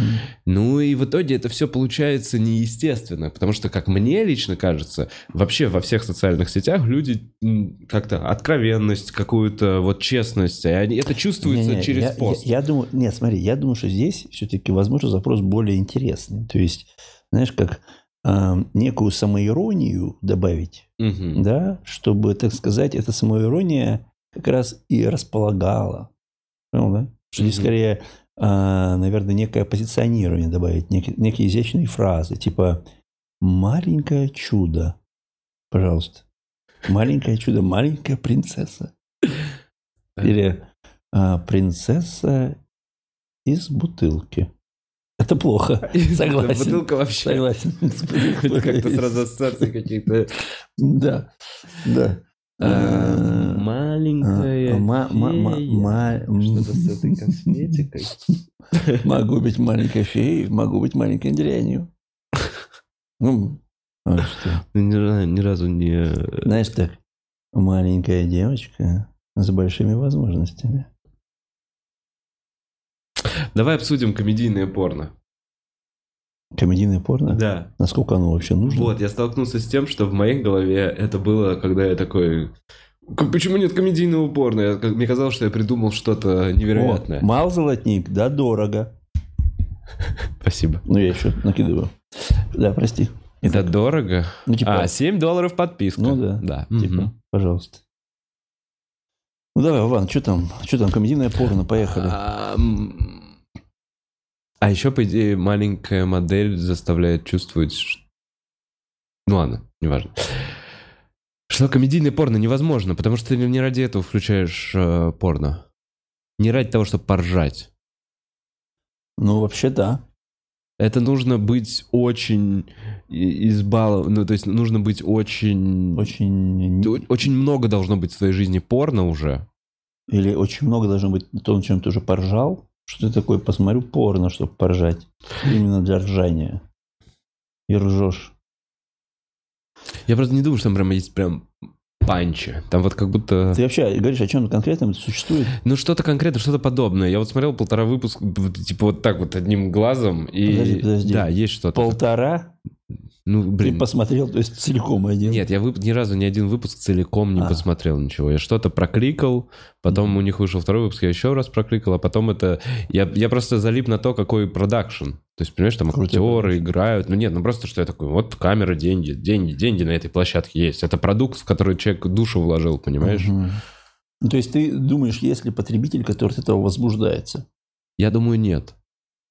Ну и в итоге это все получается неестественно, потому что, как мне лично кажется, вообще во всех социальных сетях люди м, как-то откровенность какую-то, вот честность, и они, это чувствуется
Не-не,
через
я,
пост.
Я, я думаю, нет, смотри, я думаю, что здесь все-таки, возможно, запрос более интересный. То есть, знаешь, как а, некую самоиронию добавить,
Мгм.
да, чтобы, так сказать, эта самоирония как раз и располагала. Понял, да? Что здесь
Мгм.
скорее, а, наверное, некое позиционирование добавить, некие, некие изящные фразы, типа «маленькое чудо», пожалуйста. «Маленькое чудо», «маленькая принцесса». Или а, «принцесса из бутылки». Это плохо. Согласен.
Бутылка вообще.
Согласен.
Это Как-то сразу ассоциации какие-то.
Да, да.
А,
Э,
Маленькая.
э, ма- ма- ма-
фея.
ма- м.
Что-то с этой конкретикой.
Могу быть маленькой феей, могу быть маленькой дрянью. Ну, а что?
Ну, Ни разу- ни разу не... э,
Знаешь так, маленькая девочка с большими возможностями.
Давай обсудим комедийное порно.
Комедийное порно?
Да.
Насколько оно вообще нужно?
Вот, я столкнулся с тем, что в моей голове это было, когда я такой... «К- Почему нет комедийного порно? Я- как- Мне казалось, что я придумал что-то невероятное.
О, Мал золотник, да дорого.
Спасибо.
Ну, я еще накидываю. Да, прости.
Это дорого.
Ну, типа,
А, 7 долларов подписка.
Ну да.
Да.
типа,
Мгм.
пожалуйста. Ну, давай, Ван, что там? Что там, комедийное порно, поехали.
А, м, а еще, по идее, маленькая модель заставляет чувствовать... ш- Ну ладно, неважно. Что комедийное порно невозможно, потому что ты не ради этого включаешь э, порно. Не ради того, чтобы поржать.
Ну, вообще, да.
Это нужно быть очень и- избалов... Ну, то есть нужно быть очень...
Очень...
О- Очень много должно быть в своей жизни порно уже.
Или очень много должно быть то, на чем ты уже поржал. Что ты такое, посмотрю порно, чтобы поржать. Именно для ржания. И ржешь.
Я просто не думаю, что там прям есть прям панчи. Там вот как будто...
Ты вообще говоришь о чем конкретном? Это существует?
Ну, что-то конкретно, что-то подобное. Я вот смотрел полтора выпуска, б- типа вот так вот одним глазом. И...
Подожди, подожди.
Да, есть что-то.
Полтора?
Ну, блин.
Ты посмотрел, то есть целиком один?
Нет, я вып- ни разу ни один выпуск целиком не
А.
посмотрел ничего. Я что-то прокликал, потом у них вышел второй выпуск, я еще раз прокликал, а потом это... Я, я просто залип на то, какой продакшн. То есть, понимаешь, там
Крутой
актеры играют. Ну нет, ну просто что я такой, вот камера, деньги, деньги, деньги на этой площадке есть. Это продукт, в который человек душу вложил, понимаешь?
Мгм. Ну, то есть ты думаешь, есть ли потребитель, который от этого возбуждается?
Я думаю, нет.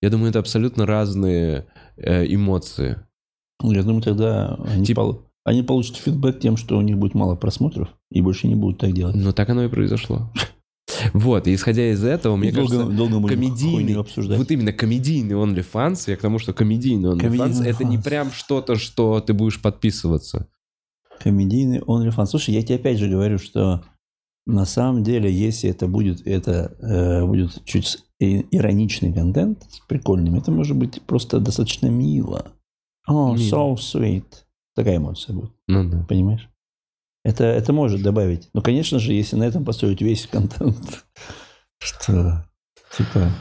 Я думаю, это абсолютно разные э, эмоции.
Ну, Я думаю, тогда они,
Типа-
пол- они получат фидбэк тем, что у них будет мало просмотров и больше не будут так делать.
Ну, так оно и произошло. Вот, и исходя из этого, мне
долго,
кажется,
долго мы
комедийный-
хуйню обсуждать.
вот именно комедийный OnlyFans, я к тому, что комедийный OnlyFans,
Комедийный
это не
OnlyFans.
прям что-то, что ты будешь подписываться.
Комедийный OnlyFans. Слушай, я тебе опять же говорю, что на самом деле, если это будет, это э, будет чуть с- и- ироничный контент с прикольным, это может быть просто достаточно мило. О, so
Мило.
sweet. Такая эмоция будет,
Ну да.
понимаешь? Это, это может добавить. Но, конечно же, если на этом построить весь контент, что типа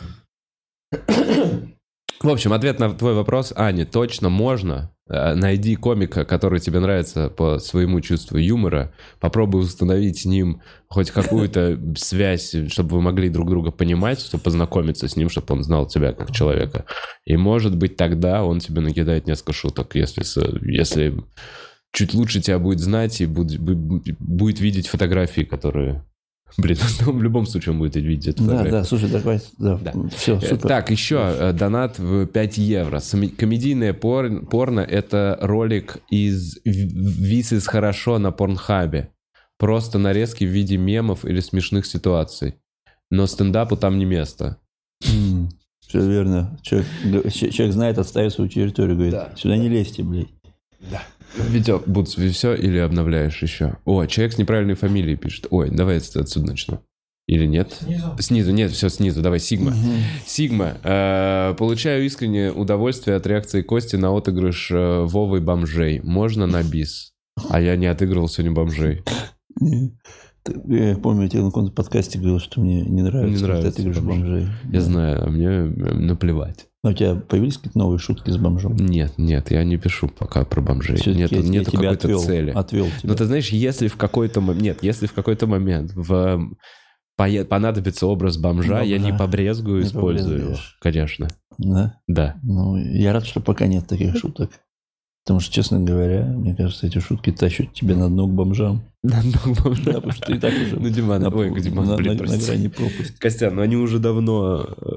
В общем, ответ на твой вопрос, Аня, точно можно. Э, Найди комика, который тебе нравится по своему чувству юмора. Попробуй установить с ним хоть какую-то связь, чтобы вы могли друг друга понимать, чтобы познакомиться с ним, чтобы он знал тебя как человека. И, может быть, тогда он тебе накидает несколько шуток, если, с- если чуть лучше тебя будет знать и будет, будет видеть фотографии, которые... Блин, в любом случае он будет видеть эти
Да,
фотографии.
да, слушай, давай, да,
Да.
все,
Э,
супер.
Так, еще э, донат в 5 евро. Сами- Комедийное порн- порно — это ролик из Ви- «Вис из хорошо» на порнхабе. Просто нарезки в виде мемов или смешных ситуаций. Но стендапу там не место.
Все верно. Человек, г- ч- человек знает, отставит свою территорию, говорит,
Да.
сюда не лезьте, блядь.
Витек, Бутс, все или обновляешь еще? О, человек с неправильной фамилией пишет. Ой, давай отс- отсюда начну. Или нет? Снизу. нет, все снизу. Давай, Сигма. Сигма, э, получаю искреннее удовольствие от реакции Кости на отыгрыш э, Вовы бомжей. Можно на бис? А я не отыгрывал сегодня бомжей.
Не. Ты- Я помню, я тебе на каком-то подкасте говорил, что мне не
Не
нравится, когда
нравится
ты говоришь
бомжи.
бомжей.
Я знаю, а мне э, наплевать.
А у тебя появились какие-то новые шутки с бомжом?
Нет, нет, я не пишу пока про бомжей.
Всё-таки
Нету,
я- я
нету
тебя
какой-то
отвёл,
цели.
Отвел
Но
тебя.
Ну, ты знаешь, если в какой-то момент... Нет, если в какой-то момент в... м, пое- понадобится образ бомжа, я не
Бомжа.
побрезгую,
Не
использую его.
побрезгуешь.
Конечно,
Да?
да.
Ну, я рад, что пока нет таких шуток. Потому что, честно говоря, мне кажется, эти шутки тащат тебя на дно к бомжам. Да, потому что ты и так уже
Ну, Диман,
на,
ой, Диман,
на-
блин,
на- на
прости.
грани пропасти.
Костян, но они уже давно э,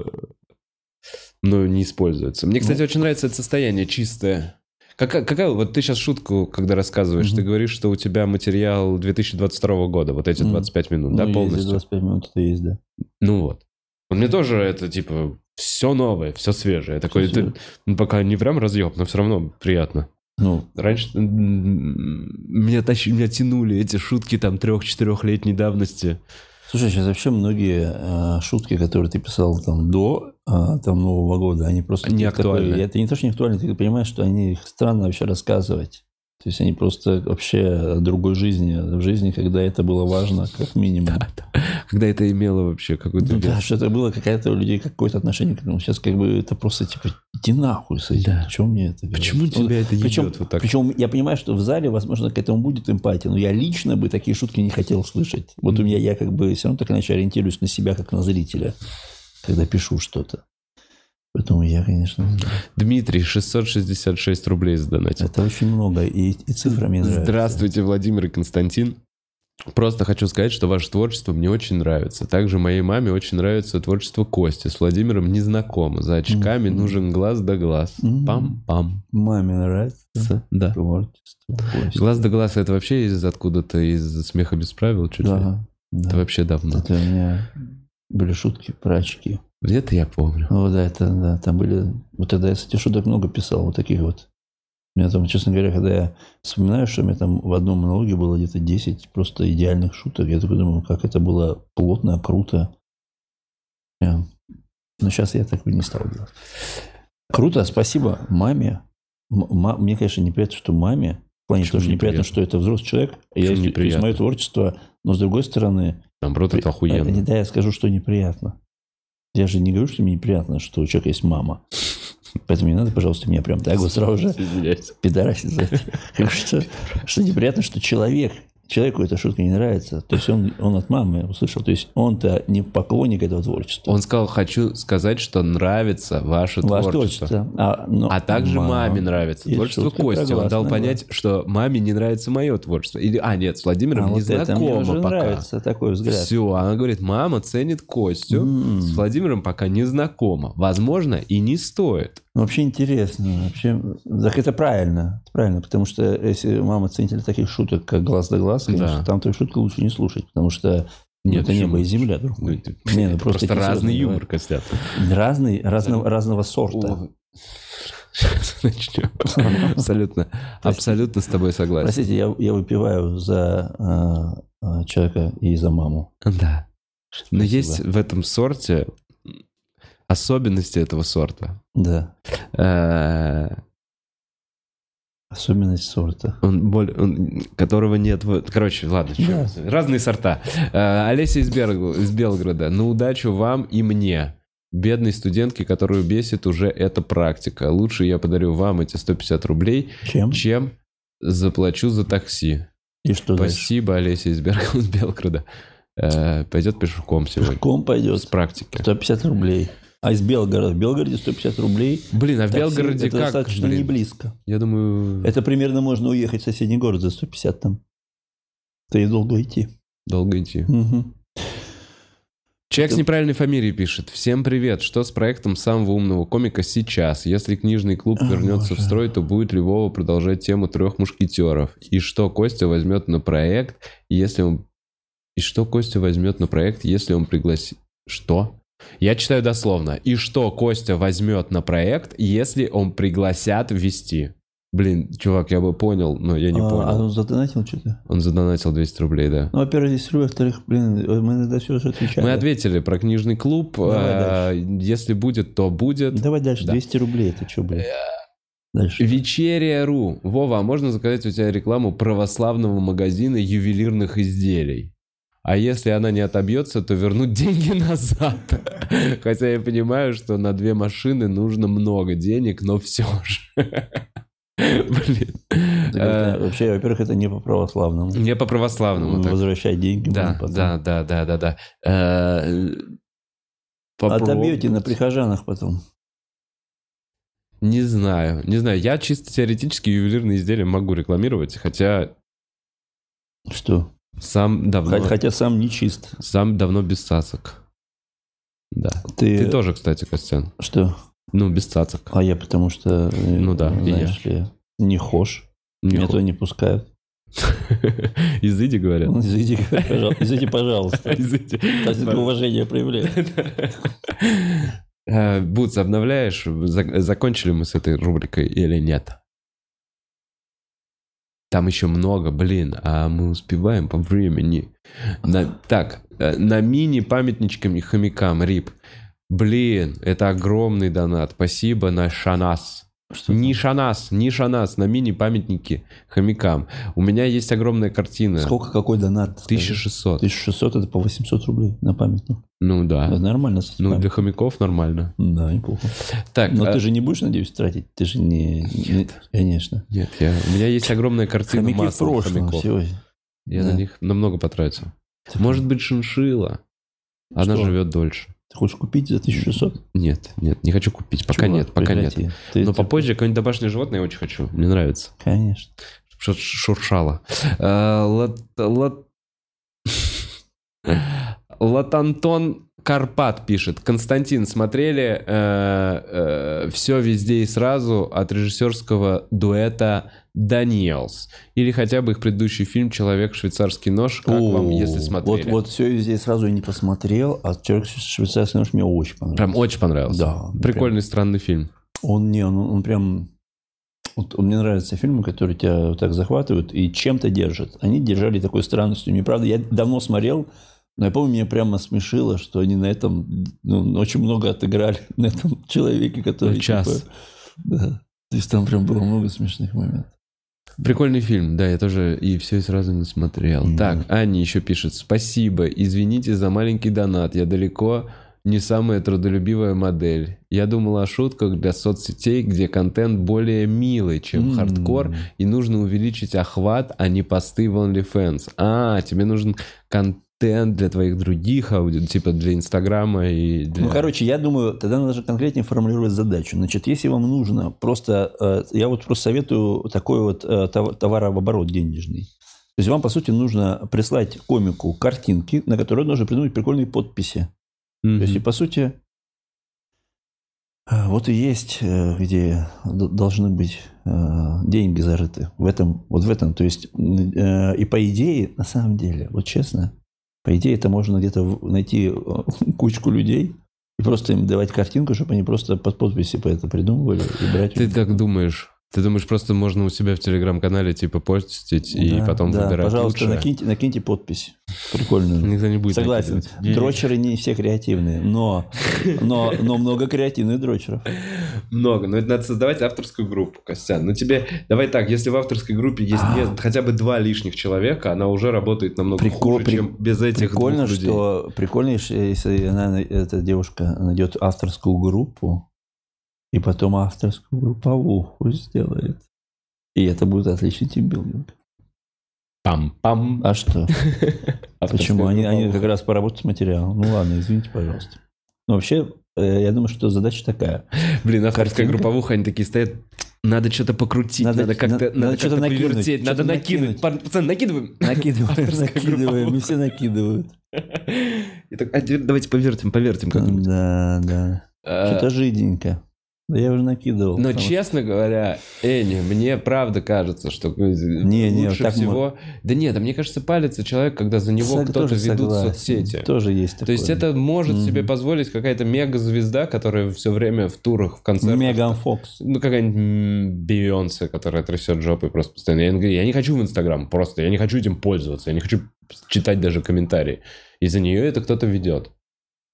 мною не используются. Мне, кстати,
Ну.
очень нравится это состояние чистое. Какая, какая, вот ты сейчас шутку, когда рассказываешь,
Мгм.
ты говоришь, что у тебя материал 2022 года, вот эти
Мгм.
25 минут, да,
Ну,
полностью?
Если 25 минут, это есть, да.
Ну вот. Вот Мне тоже это, типа, все новое, все свежее. Я такой,
свежее.
это, ну, пока не прям разъеб, но все равно приятно.
Ну,
Раньше м, меня, тащи- меня тянули эти шутки там трех-четырехлетней давности.
Слушай, сейчас вообще многие э, шутки, которые ты писал там до э, там Нового года, они просто
Не
ты такой-
актуальны.
это не то, что не актуально, ты понимаешь, что они их странно вообще рассказывать. То есть они просто вообще о другой жизни, в жизни, когда это было важно, как минимум.
Когда это имело вообще какую-то...
Ну
вес.
Да, что это было какая-то у людей какое-то отношение к этому. Сейчас как бы это просто типа иди нахуй с этим.
Да.
Чё мне это?
Почему
говорить? Ну,
тебя это
Причем,
ебет вот так?
причем я понимаю, что в зале, возможно, к этому будет эмпатия, но я лично бы такие шутки не хотел слышать. Вот у меня я как бы все равно так иначе ориентируюсь на себя, как на зрителя, когда пишу что-то. Поэтому я, конечно,
Дмитрий, 666 рублей задонатил.
это очень много. И, и цифра мне нравится.
Здравствуйте, Владимир и Константин. Просто хочу сказать, что ваше творчество мне очень нравится. Также моей маме очень нравится творчество Кости. С Владимиром не знакома. За очками
Мгм.
нужен глаз да глаз.
Мгм.
Пам-пам.
Маме нравится
Да.
творчество. Ой,
Глаз да глаз это вообще из откуда-то из смеха без правил чуть ли.
Да, да.
Это вообще давно.
Это у меня были шутки про очки.
Где-то я помню.
Ну да, это да, там были. Вот тогда я, кстати, шуток много писал, вот таких вот. У меня там, честно говоря, когда я вспоминаю, что у меня там в одном монологе было где-то 10 просто идеальных шуток, я такой думаю, как это было плотно, круто. Э, Но сейчас я так бы не стал делать. Круто, спасибо маме. М- ма- мне, конечно, неприятно, что маме. В плане
Почему
того, что неприятно,
неприятно?
что это взрослый человек. а
Почему
Я, то есть
неприятно?
мое творчество, но с другой стороны,
Наоборот, это
а, Не
охуенно.
да, я скажу, что неприятно. Я же не говорю, что мне неприятно, что у человека есть мама. Поэтому не надо, пожалуйста, меня прям так вот сразу же
Извиняюсь.
пидорасить за это. Потому Что, что неприятно, что человек, человеку эта шутка не нравится. То есть он, он от мамы услышал. То есть он-то не поклонник этого творчества.
Он сказал, хочу сказать, что нравится ваше
Ваше
творчество.
творчество. А, но-
А также
Мама.
маме нравится
И
творчество
шутка
Кости. Он дал
согласна,
понять, что маме не нравится мое творчество. Или, а, нет, с
А
Владимиром
вот
не
это мне уже
знакомо пока.
нравится такой взгляд.
Все, она говорит, мама ценит Костю.
М.
С Владимиром пока не знакома. Возможно, и не стоит.
Ну, Вообще интересно. Вообще, так это правильно. Это правильно, потому что если мама ценитель таких шуток, как глаз да глаз, конечно,
Да.
там твою шутку лучше не слушать, потому что Нет, это
почему?
небо и земля, друг мой.
Ну, это-
Не, ну
Просто,
просто серьезно,
разный
давай.
юмор, Костян.
Разный, разного, разного сорта.
Сейчас начнем. Абсолютно, абсолютно с тобой согласен.
Простите, я, я выпиваю за э, э, человека и за маму.
Да. Но
Спасибо.
есть в этом сорте особенности этого сорта.
Да.
Э,
Особенность сорта.
Он боль, он- которого нет. в- Короче, ладно, чё- разные сорта. Э, Олеся из, Берг- из Белгорода. На удачу вам и мне. Бедной студентке, которую бесит уже эта практика. Лучше я подарю вам эти 150 рублей,
Чем?
чем заплачу за такси.
И что дальше?
Спасибо, Олеся из Берг- из Белгорода. Э, Пойдет пешком сегодня.
Пешком
С
пойдет.
практики.
150 рублей. А из Белгорода. В Белгороде 150 рублей.
Блин, а в
Такси
Белгороде
это
как?
достаточно
блин?
не близко.
Я думаю,
Это примерно можно уехать в соседний город за 150 там. Ты и долго идти.
долго идти.
Мгм.
Человек с неправильной фамилией пишет. Всем привет. Что с проектом самого умного комика сейчас? Если книжный клуб
О,
вернется в
боже.
строй, то будет ли Вова продолжать тему трех мушкетеров? И что Костя возьмет на проект, если он... И что Костя возьмет на проект, если он пригласит... Что? Я читаю дословно. И что Костя возьмет на проект, если он пригласят вести? Блин, чувак, я бы понял, но я не
а, А
понял.
он задонатил что-то?
Он задонатил 200 рублей, да.
Ну, во-первых, здесь рубль, во-вторых, блин, мы иногда все же отвечаем.
Мы ответили про книжный клуб.
Давай
Э, Если будет, то будет.
Давай дальше,
Да. Э,
200 рублей, это что, блин? Дальше.
Вечерия.ру. Вова, а можно заказать у тебя рекламу православного магазина ювелирных изделий? А если она не отобьется, то вернуть деньги назад. Хотя я понимаю, что на две машины нужно много денег, но все же. Блин.
Так это-
Э,
Вообще, во-первых, это не по православному.
Не по православному так.
Возвращать деньги.
Да,
блин, Ну, потом.
да, да, да, да, да. Э,
Отобьете на
попробовать.
прихожанах потом.
Не знаю, не знаю. Я чисто теоретически ювелирные изделия могу рекламировать, хотя
Что?
сам давно,
Хо- Хотя сам не чист.
сам давно без цацок. Да.
Ты,
Ты тоже, кстати, Костян.
Что?
Ну, без цацок.
А я потому что... э,
Ну да, и
знаешь ли, не хошь.
Не
Меня
хо-
туда не пускают.
Изыди, говорят.
Ну, Извините, пожалуйста. Извините, пожалуйста.
Изыди.
Кстати, уважение проявляю.
Э, Бутс, обновляешь? Зак- Закончили мы с этой рубрикой или нет? Там еще много, блин, а мы успеваем по времени. На- так, э, на мини памятничкам и хомякам, Рип. Блин, это огромный донат. Спасибо на Шанас.
Что там?
Ниша нас, ниша нас на мини-памятники хомякам. У меня есть огромная картина.
Сколько какой донат? скажи?
1600.
1600 это по 800 рублей на памятник.
Ну да.
Это нормально. кстати,
Ну,
памятник.
для хомяков нормально.
Да, неплохо.
Так,
Но
а-
ты же не будешь, надеюсь, тратить? Ты же не... не- Конечно.
Нет, я- у меня есть огромная картина
Хомяки в
масла
прошлом
хомяков.
сегодня.
Я
Да.
на них намного потратил. Может быть, шиншила. Она
Что?
живет дольше.
Ты хочешь купить за 1600?
Нет, нет, не хочу купить. Пока
Чувак,
нет, пока нет. Ну,
прекрати. Ты-
Но
ты-
попозже какое-нибудь домашнее животное я очень хочу. Мне нравится.
Конечно.
Чтоб шур- шуршало. Э, лат- лат- Латантон Карпат пишет. Константин, смотрели все везде и сразу от режиссерского дуэта Даниэлс? Или хотя бы их предыдущий фильм «Человек швейцарский нож». Как вам,
О,
если смотрели?
Вот, вот все здесь сразу и не посмотрел, а человек с швейцарский нож мне очень понравился.
Прям очень понравился.
Да, мне
Прикольный, странный фильм.
Он не, он, он прям... Вот он- мне нравятся фильмы, которые тебя вот так захватывают и чем-то держат. Они держали такой странностью. Мне правда, я давно смотрел, но я помню, меня прямо смешило, что они на этом ну, очень много отыграли на этом человеке, который...
Ну, час.
типа, да. То есть там прям было много смешных моментов.
Прикольный фильм, да, я тоже и все и сразу не смотрел.
Мгм.
Так, Аня еще пишет, спасибо, извините за маленький донат, я далеко не самая трудолюбивая модель. Я думала о шутках для соцсетей, где контент более милый, чем
М.
хардкор, и нужно увеличить охват, а не посты в OnlyFans. А, тебе нужен контент для твоих других аудио, типа для Инстаграма и для...
Ну, короче, я думаю, тогда надо же конкретнее формулировать задачу. Значит, если вам нужно просто... э, Я вот просто советую такой вот э, тов- товарооборот денежный. То есть вам, по сути, нужно прислать комику картинки, на которые нужно придумать прикольные подписи.
Мгм.
То есть, и по сути, э, вот и есть, э, где д- должны быть э, деньги зажиты. В этом, вот в этом. То есть, м, э, и по идее, на самом деле, вот честно, По идее, это можно где-то в- найти э, кучку людей и просто им давать картинку, чтобы они просто под подписи по это придумывали и брать. у
Ты
них.
так думаешь? Ты думаешь, просто можно у себя в телеграм-канале типа постить и
Да,
потом
да,
выбирать
Пожалуйста,
лучшее?
накиньте, накиньте подпись. Прикольную.
Никто не будет
Согласен.
накидывать.
Дрочеры не все креативные, но, но, но много креативных дрочеров.
Много, но это надо создавать авторскую группу, Костян. Ну тебе, давай так, если в авторской группе есть
А.
нет, хотя бы два лишних человека, она уже работает намного
Прикол-
хуже,
при-
чем без этих
Прикольно,
двух людей.
что прикольно, если она, на- эта девушка найдет авторскую группу и потом авторскую групповуху сделает. И это будет отличный тимбилдинг.
Пам-пам.
А что?
Авторская
Почему? Они, они
группа.
как раз поработают с материалом. Ну ладно, извините, пожалуйста. Но вообще, э, я думаю, что задача такая.
Блин, авторская
Картинка?
групповуха, они такие стоят, надо что-то покрутить,
Надо-
надо, как-то,
надо-
надо,
надо
как-то
что-то накинуть,
повертеть, надо
что-то
накинуть.
накинуть.
Пар- Пацаны, накидываем.
Накидываем,
Авторская
накидываем, и
групповуха.
все накидывают.
И так, а теперь давайте повертим, повертим как-нибудь.
Да, да.
А,
Э,
Что-то жиденько. Да я уже накидывал.
Но
потому что-
честно говоря, Энни, мне правда кажется, что не,
не,
лучше
так мы-
всего... Да нет, а мне кажется, палится человек, когда за него
Сог-
кто-то
тоже
ведут
согласен.
соцсети.
Тоже есть
То есть это может
Мгм.
себе позволить какая-то мега-звезда, которая все время в турах, в концертах.
Меган Фокс.
Ну, какая-нибудь м, Бейонсе, которая трясет жопой просто постоянно. Я говорю, я не хочу в Инстаграм просто, я не хочу этим пользоваться, я не хочу читать даже комментарии. Из-за нее это кто-то ведет.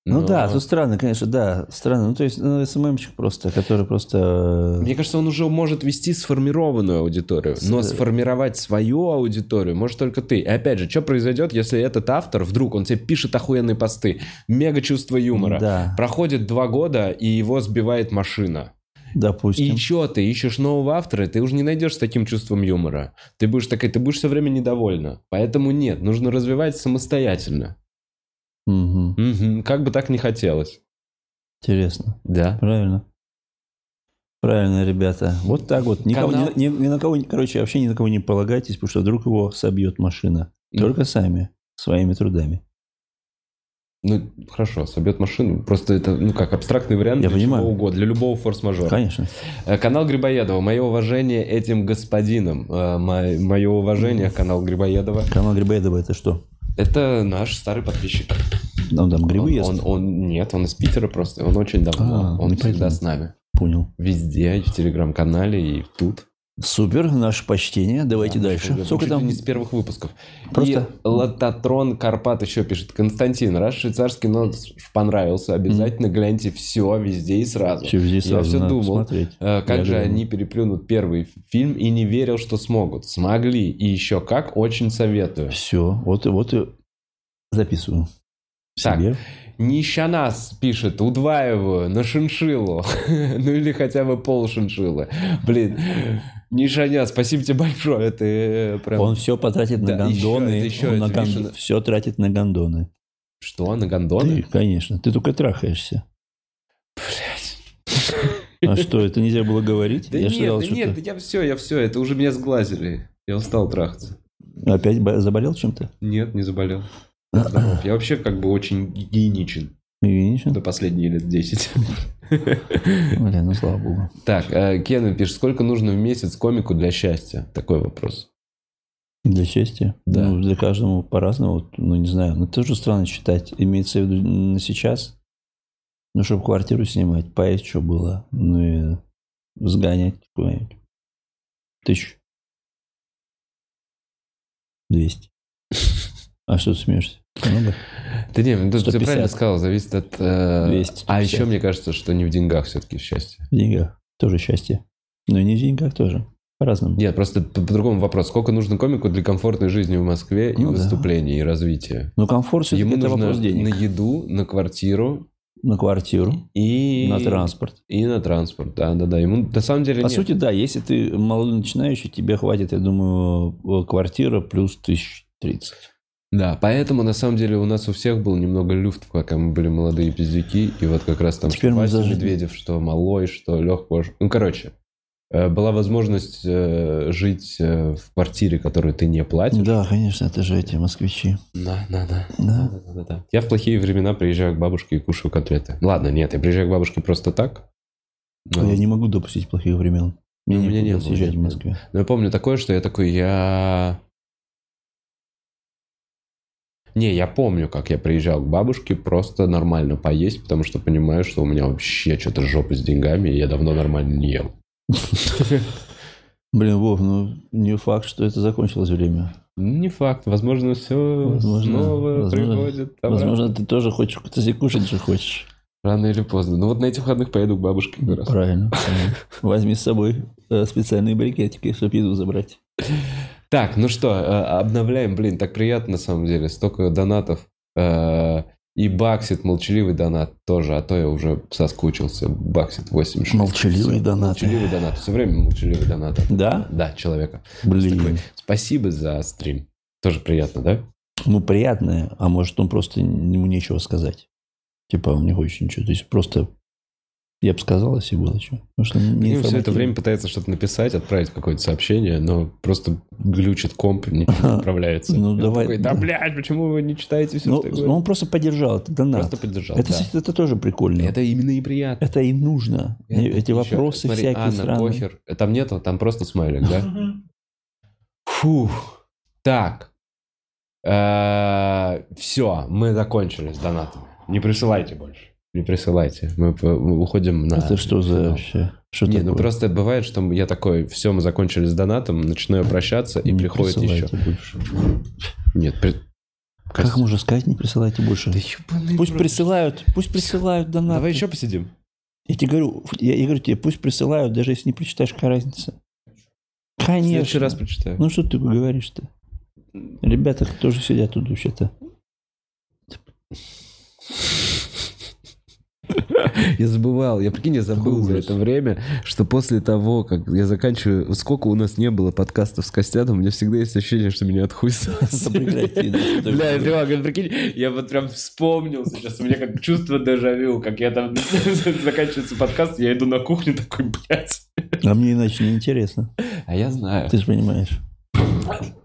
Ну
Но-
да, тут странно, конечно, да, странно. Ну то есть, ну, СММщик просто, который просто...
Мне кажется, он уже может вести сформированную аудиторию,
С-
но сформировать свою аудиторию может только ты. И опять же, что произойдет, если этот автор вдруг, он тебе пишет охуенные посты, мега чувство юмора,
Да,
проходит два года, и его сбивает машина.
допустим.
И что ты ищешь нового автора, ты уже не найдешь с таким чувством юмора. Ты будешь такая, ты будешь все время недовольна. Поэтому нет, нужно развивать самостоятельно.
Мгм.
Мгм, Как бы так не хотелось.
Интересно.
Да.
Правильно. Правильно, ребята. Вот так вот. Никого,
Канал.
ни, ни- ни на кого, не- короче, вообще ни на кого не полагайтесь, потому что вдруг его собьет машина. Только сами, своими трудами.
Ну, хорошо, собьет машину. Просто это, ну как, абстрактный вариант
Я
для
понимаю.
чего угодно, для любого форс-мажора.
Конечно.
Э, Канал Грибоедова. Мое уважение этим господинам. Э, Мое уважение, канал Грибоедова.
Канал Грибоедова это что?
Это наш старый подписчик.
Он там грибы
он,
ест?
он- он- Нет, он из Питера просто. Он очень давно.
А,
он
не
всегда
поэтому.
с нами.
Понял.
Везде, и в Телеграм-канале, и тут.
Супер, наше почтение. Давайте
Да,
дальше.
ну, чуть
Сколько
ли
там?
Не с первых выпусков.
Просто-
И Лототрон Карпат еще пишет. Константин, раз швейцарский нож понравился, обязательно гляньте все везде и сразу.
Всё, здесь
Я
сразу
все
надо
думал.
посмотреть.
Э, Как
Я
же
думаю.
они переплюнут первый фильм и не верил, что смогут. Смогли. И еще как, очень советую.
Все, вот, и- вот и записываю.
Так.
Себе.
Нищанас пишет, удваиваю на шиншиллу. ну или хотя бы пол шиншиллы. Блин, Нишаня, спасибо тебе большое. Ты э, прям...
Он все потратит на
Да, ещё
гондоны.
это, ещё это, Миша, да.
Все тратит на гондоны.
Что, на
Ты,
гондоны?
конечно. Ты только трахаешься. А что, это нельзя было говорить?
Да
Я
нет,
ж ждал,
да
что
нет, я все, я все, это уже меня сглазили. Я устал трахаться.
ты- Опять бо- заболел чем-то?
Нет, не заболел. Я здоров. Я вообще как бы очень гигиеничен
Видишь?
до последние лет 10.
Бля, ну слава богу.
Так, э, Кена пишет, сколько нужно в месяц комику для счастья? Такой вопрос.
Для счастья?
Да.
Ну, для каждого по-разному, вот, ну, не знаю. Ну, тоже странно считать. Имеется в виду на сейчас, ну, чтобы квартиру снимать, поесть что было, ну, и сгонять куда-нибудь. Тысячу. Двести. А что ты смеешься? Много?
Ты не, тут ты
150.
правильно сказал, зависит от... э,
200,
А еще
50.
мне кажется, что не в деньгах все-таки счастье.
В деньгах. Тоже счастье. Но и не в деньгах тоже. По-разному.
Нет, просто по- по-другому вопрос. Сколько нужно комику для комфортной жизни в Москве и
Ну да.
выступлений, и развития?
Ну, комфорт все-таки
Ему
это
нужно
вопрос денег.
на еду, на квартиру
На квартиру,
и...
на транспорт.
И на транспорт, да-да-да. Ему на самом деле
По
нет.
сути, да, если ты молодой начинающий, тебе хватит, я думаю, э, квартира плюс тысяч тридцать.
Да, поэтому на самом деле у нас у всех был немного люфт, пока мы были молодые пиздюки, и вот как раз там
Теперь
что
мы
Вася
зажили.
Медведев, что Малой, что Легко. Ну, короче, э, была возможность э, жить э, в квартире, которую ты не платишь.
Да, конечно, это же эти москвичи.
Да, да, да.
Да.
Да-да-да. Я в плохие времена приезжаю к бабушке и кушаю котлеты. Ладно, нет, я приезжаю к бабушке просто так. Но,
Я не могу допустить плохих времен. Мне
Ну, У меня
некуда
не было,
съезжать
не
в
было.
Москве.
но я помню такое, что я такой, я... Не, я помню, как я приезжал к бабушке просто нормально поесть, потому что понимаю, что у меня вообще что-то жопа с деньгами, и я давно нормально не ел.
Блин, Вов, ну не факт, что это закончилось время.
Не факт, возможно, все
Возможно,
снова
возможно,
приходит. обратно.
Возможно, ты тоже хочешь, ты себе кушать же хочешь.
Рано или поздно. Ну вот на этих выходных поеду к бабушке как раз.
Правильно. правильно. Возьми с собой э, специальные брикетики, чтобы еду забрать.
Так, ну что, э, обновляем, блин, так приятно на самом деле, столько донатов. Э, И баксит, молчаливый донат тоже, а то я уже соскучился. Баксит 86.
Молчаливые донаты.
Молчаливый донат, все время молчаливый донат.
Да?
Да, человека.
Блин.
Спасибо за стрим. Тоже приятно, да?
Ну, приятное, а может, он просто ему нечего сказать. Типа, он не хочет ничего. То есть, просто я бы сказал, если было что. Потому что не
все это
информативно.
время пытается что-то написать, отправить какое-то сообщение, но просто глючит комп, не отправляется.
Ну,
Он
давай.
такой, да, блядь, почему вы не читаете все,
Ну,
что я
ну,
говорю?»
он просто поддержал, это донат.
Просто поддержал,
это,
да.
это тоже прикольно. Это,
Это именно и приятно.
и нужно. Э, Эти
Ещё,
вопросы
смотри,
всякие
Анна,
странные.
похер. Э, Там нету, там просто смайлик, да? Фух. Так. Все, мы закончили с донатами. Не присылайте больше. Не присылайте. Мы п- мы уходим на...
Это Ну, что за
финал.
вообще? Что
Не, ну
такое?
просто бывает, что я такой, все, мы закончили с донатом, начинаю прощаться, и
Не
приходит еще.
присылайте больше.
Нет, при-
Как можно сказать, не присылайте больше?
Да ёбаный
пусть
в рот.
присылают, пусть присылают донаты.
Давай еще посидим.
Я тебе говорю, я, я говорю тебе, пусть присылают, даже если не прочитаешь, какая разница.
В
Конечно.
следующий раз прочитаю.
Ну что ты говоришь-то? Ребята тоже сидят тут вообще-то.
Я забывал, я прикинь, я забыл
Какой
за
ужас.
это время, что после того, как я заканчиваю, сколько у нас не было подкастов с Костятом, у меня всегда есть ощущение, что меня от хуй сосали.
Прекрати, да, что ты
Бля,
говоришь.
реально, я прикинь, я вот прям вспомнил сейчас, у меня как чувство дежавю, как я там заканчивается подкаст, я иду на кухню такой, блядь.
А мне иначе не интересно.
А я знаю.
Ты же понимаешь.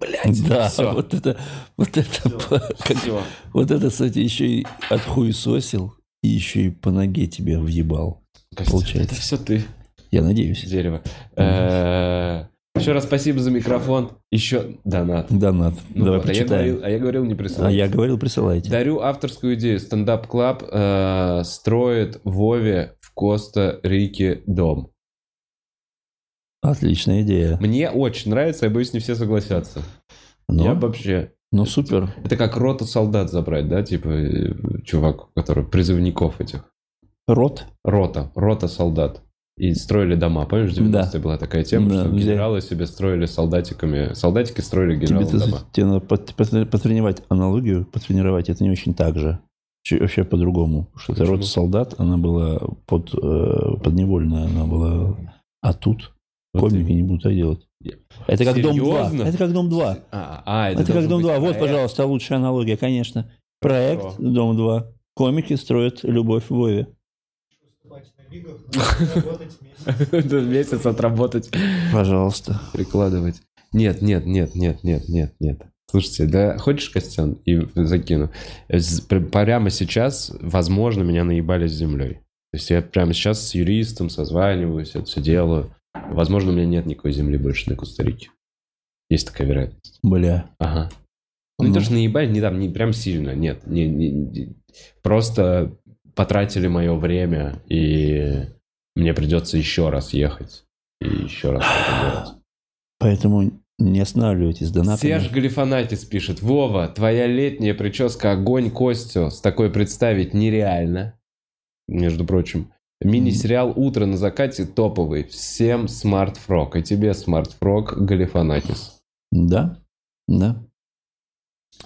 Блять, да,
всё.
вот это, вот это, как-
Всё.
вот это, кстати, еще и от хуй сосил, и еще и по ноге тебе въебал.
Костя,
Получается.
Это все ты.
Я надеюсь.
Дерево. Еще раз спасибо за микрофон. Еще донат.
Донат.
Ну
Давай
вот, а я
прочитаем.
говорил- А я говорил, не
А
присылай.
я говорил, присылайте.
Дарю авторскую идею. Стендап-клаб э, строит Вове в Коста-Рике дом.
Отличная идея.
Мне очень нравится, я боюсь, не все согласятся.
Ну,
Я вообще...
ну, супер.
Это как роту солдат забрать, да? Типа э, чувак, который призывников этих.
Рот.
Рота, рота солдат. И строили дома. Помнишь, в 90-е была такая тема,
Да,
что
где-
генералы себе строили солдатиками. Солдатики строили
Тебе,
генералам
это-
дома.
тебе надо пот- потр- потренировать аналогию, потренировать, это не очень так же. Чё- Вообще по-другому. Что это
Почему?
род солдат, она была под, э, подневольная, она была... А тут
Вот
комики
и-
не будут так делать. Это как Дом 2.
Серьезно?
Это как Дом 2.
А, а,
Это, как
должен
Дом
быть
2. Вот,
проект.
пожалуйста, лучшая аналогия, конечно. Проект
Хорошо.
Дом 2. Комики строят любовь в Вове.
выступать на бигах, но работать месяц.
Да, Месяц отработать.
Пожалуйста.
прикладывать. Нет, нет, нет, нет, нет, нет, нет. Слушайте, да хочешь, Костян, и закину? С- пр- Прямо сейчас, возможно, меня наебали с землей. То есть я прямо сейчас с юристом созваниваюсь, это все делаю. Возможно, у меня нет никакой земли больше на Коста-Рике. Есть такая вероятность.
Бля.
Ага. Ну, не то,
Ну.
что наебали, не там, не прям сильно, нет. Не, не- не- Просто потратили мое время, и мне придется еще раз ехать. И еще раз это делать.
Поэтому не останавливайтесь с донатами.
Серж Галифанатис пишет. Вова, твоя летняя прическа огонь Костю. С такой представить нереально. Между прочим. Мини-сериал «Утро на закате» топовый. Всем смартфрок. И тебе смартфрок, Галифанатис.
Да, да.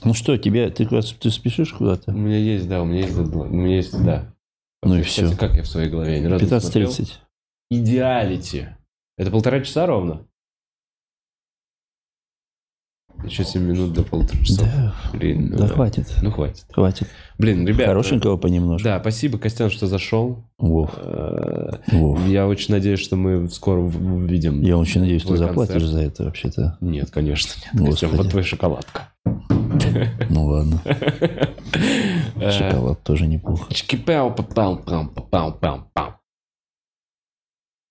Ну что, тебе, ты, куда- ты спешишь
У
куда-то?
меня есть, да, у меня есть, дедла- у меня есть, да.
Ну и
Кстати,
все.
как я в своей голове? Я ни разу не смотрел.
15.30.
Идеалити. Это полтора часа ровно? Еще 7 минут до полтора часа.
Да,
Блин, ну
да хватит,
Ну хватит.
хватит.
Блин, ребята.
Хорошенького понемножку.
Да, спасибо, Костян, что зашел.
Вов,
Э,
Вов.
Я очень надеюсь, что мы скоро в- увидим.
Я очень надеюсь, ты
Твой
заплатишь
концерт.
за это вообще-то.
Нет, конечно, нет.
Господи.
Костян, вот твоя шоколадка.
Ну ладно,
Э,
шоколад тоже неплохо.
чики-пау, па-пау, пам, па-пау, пам, пам.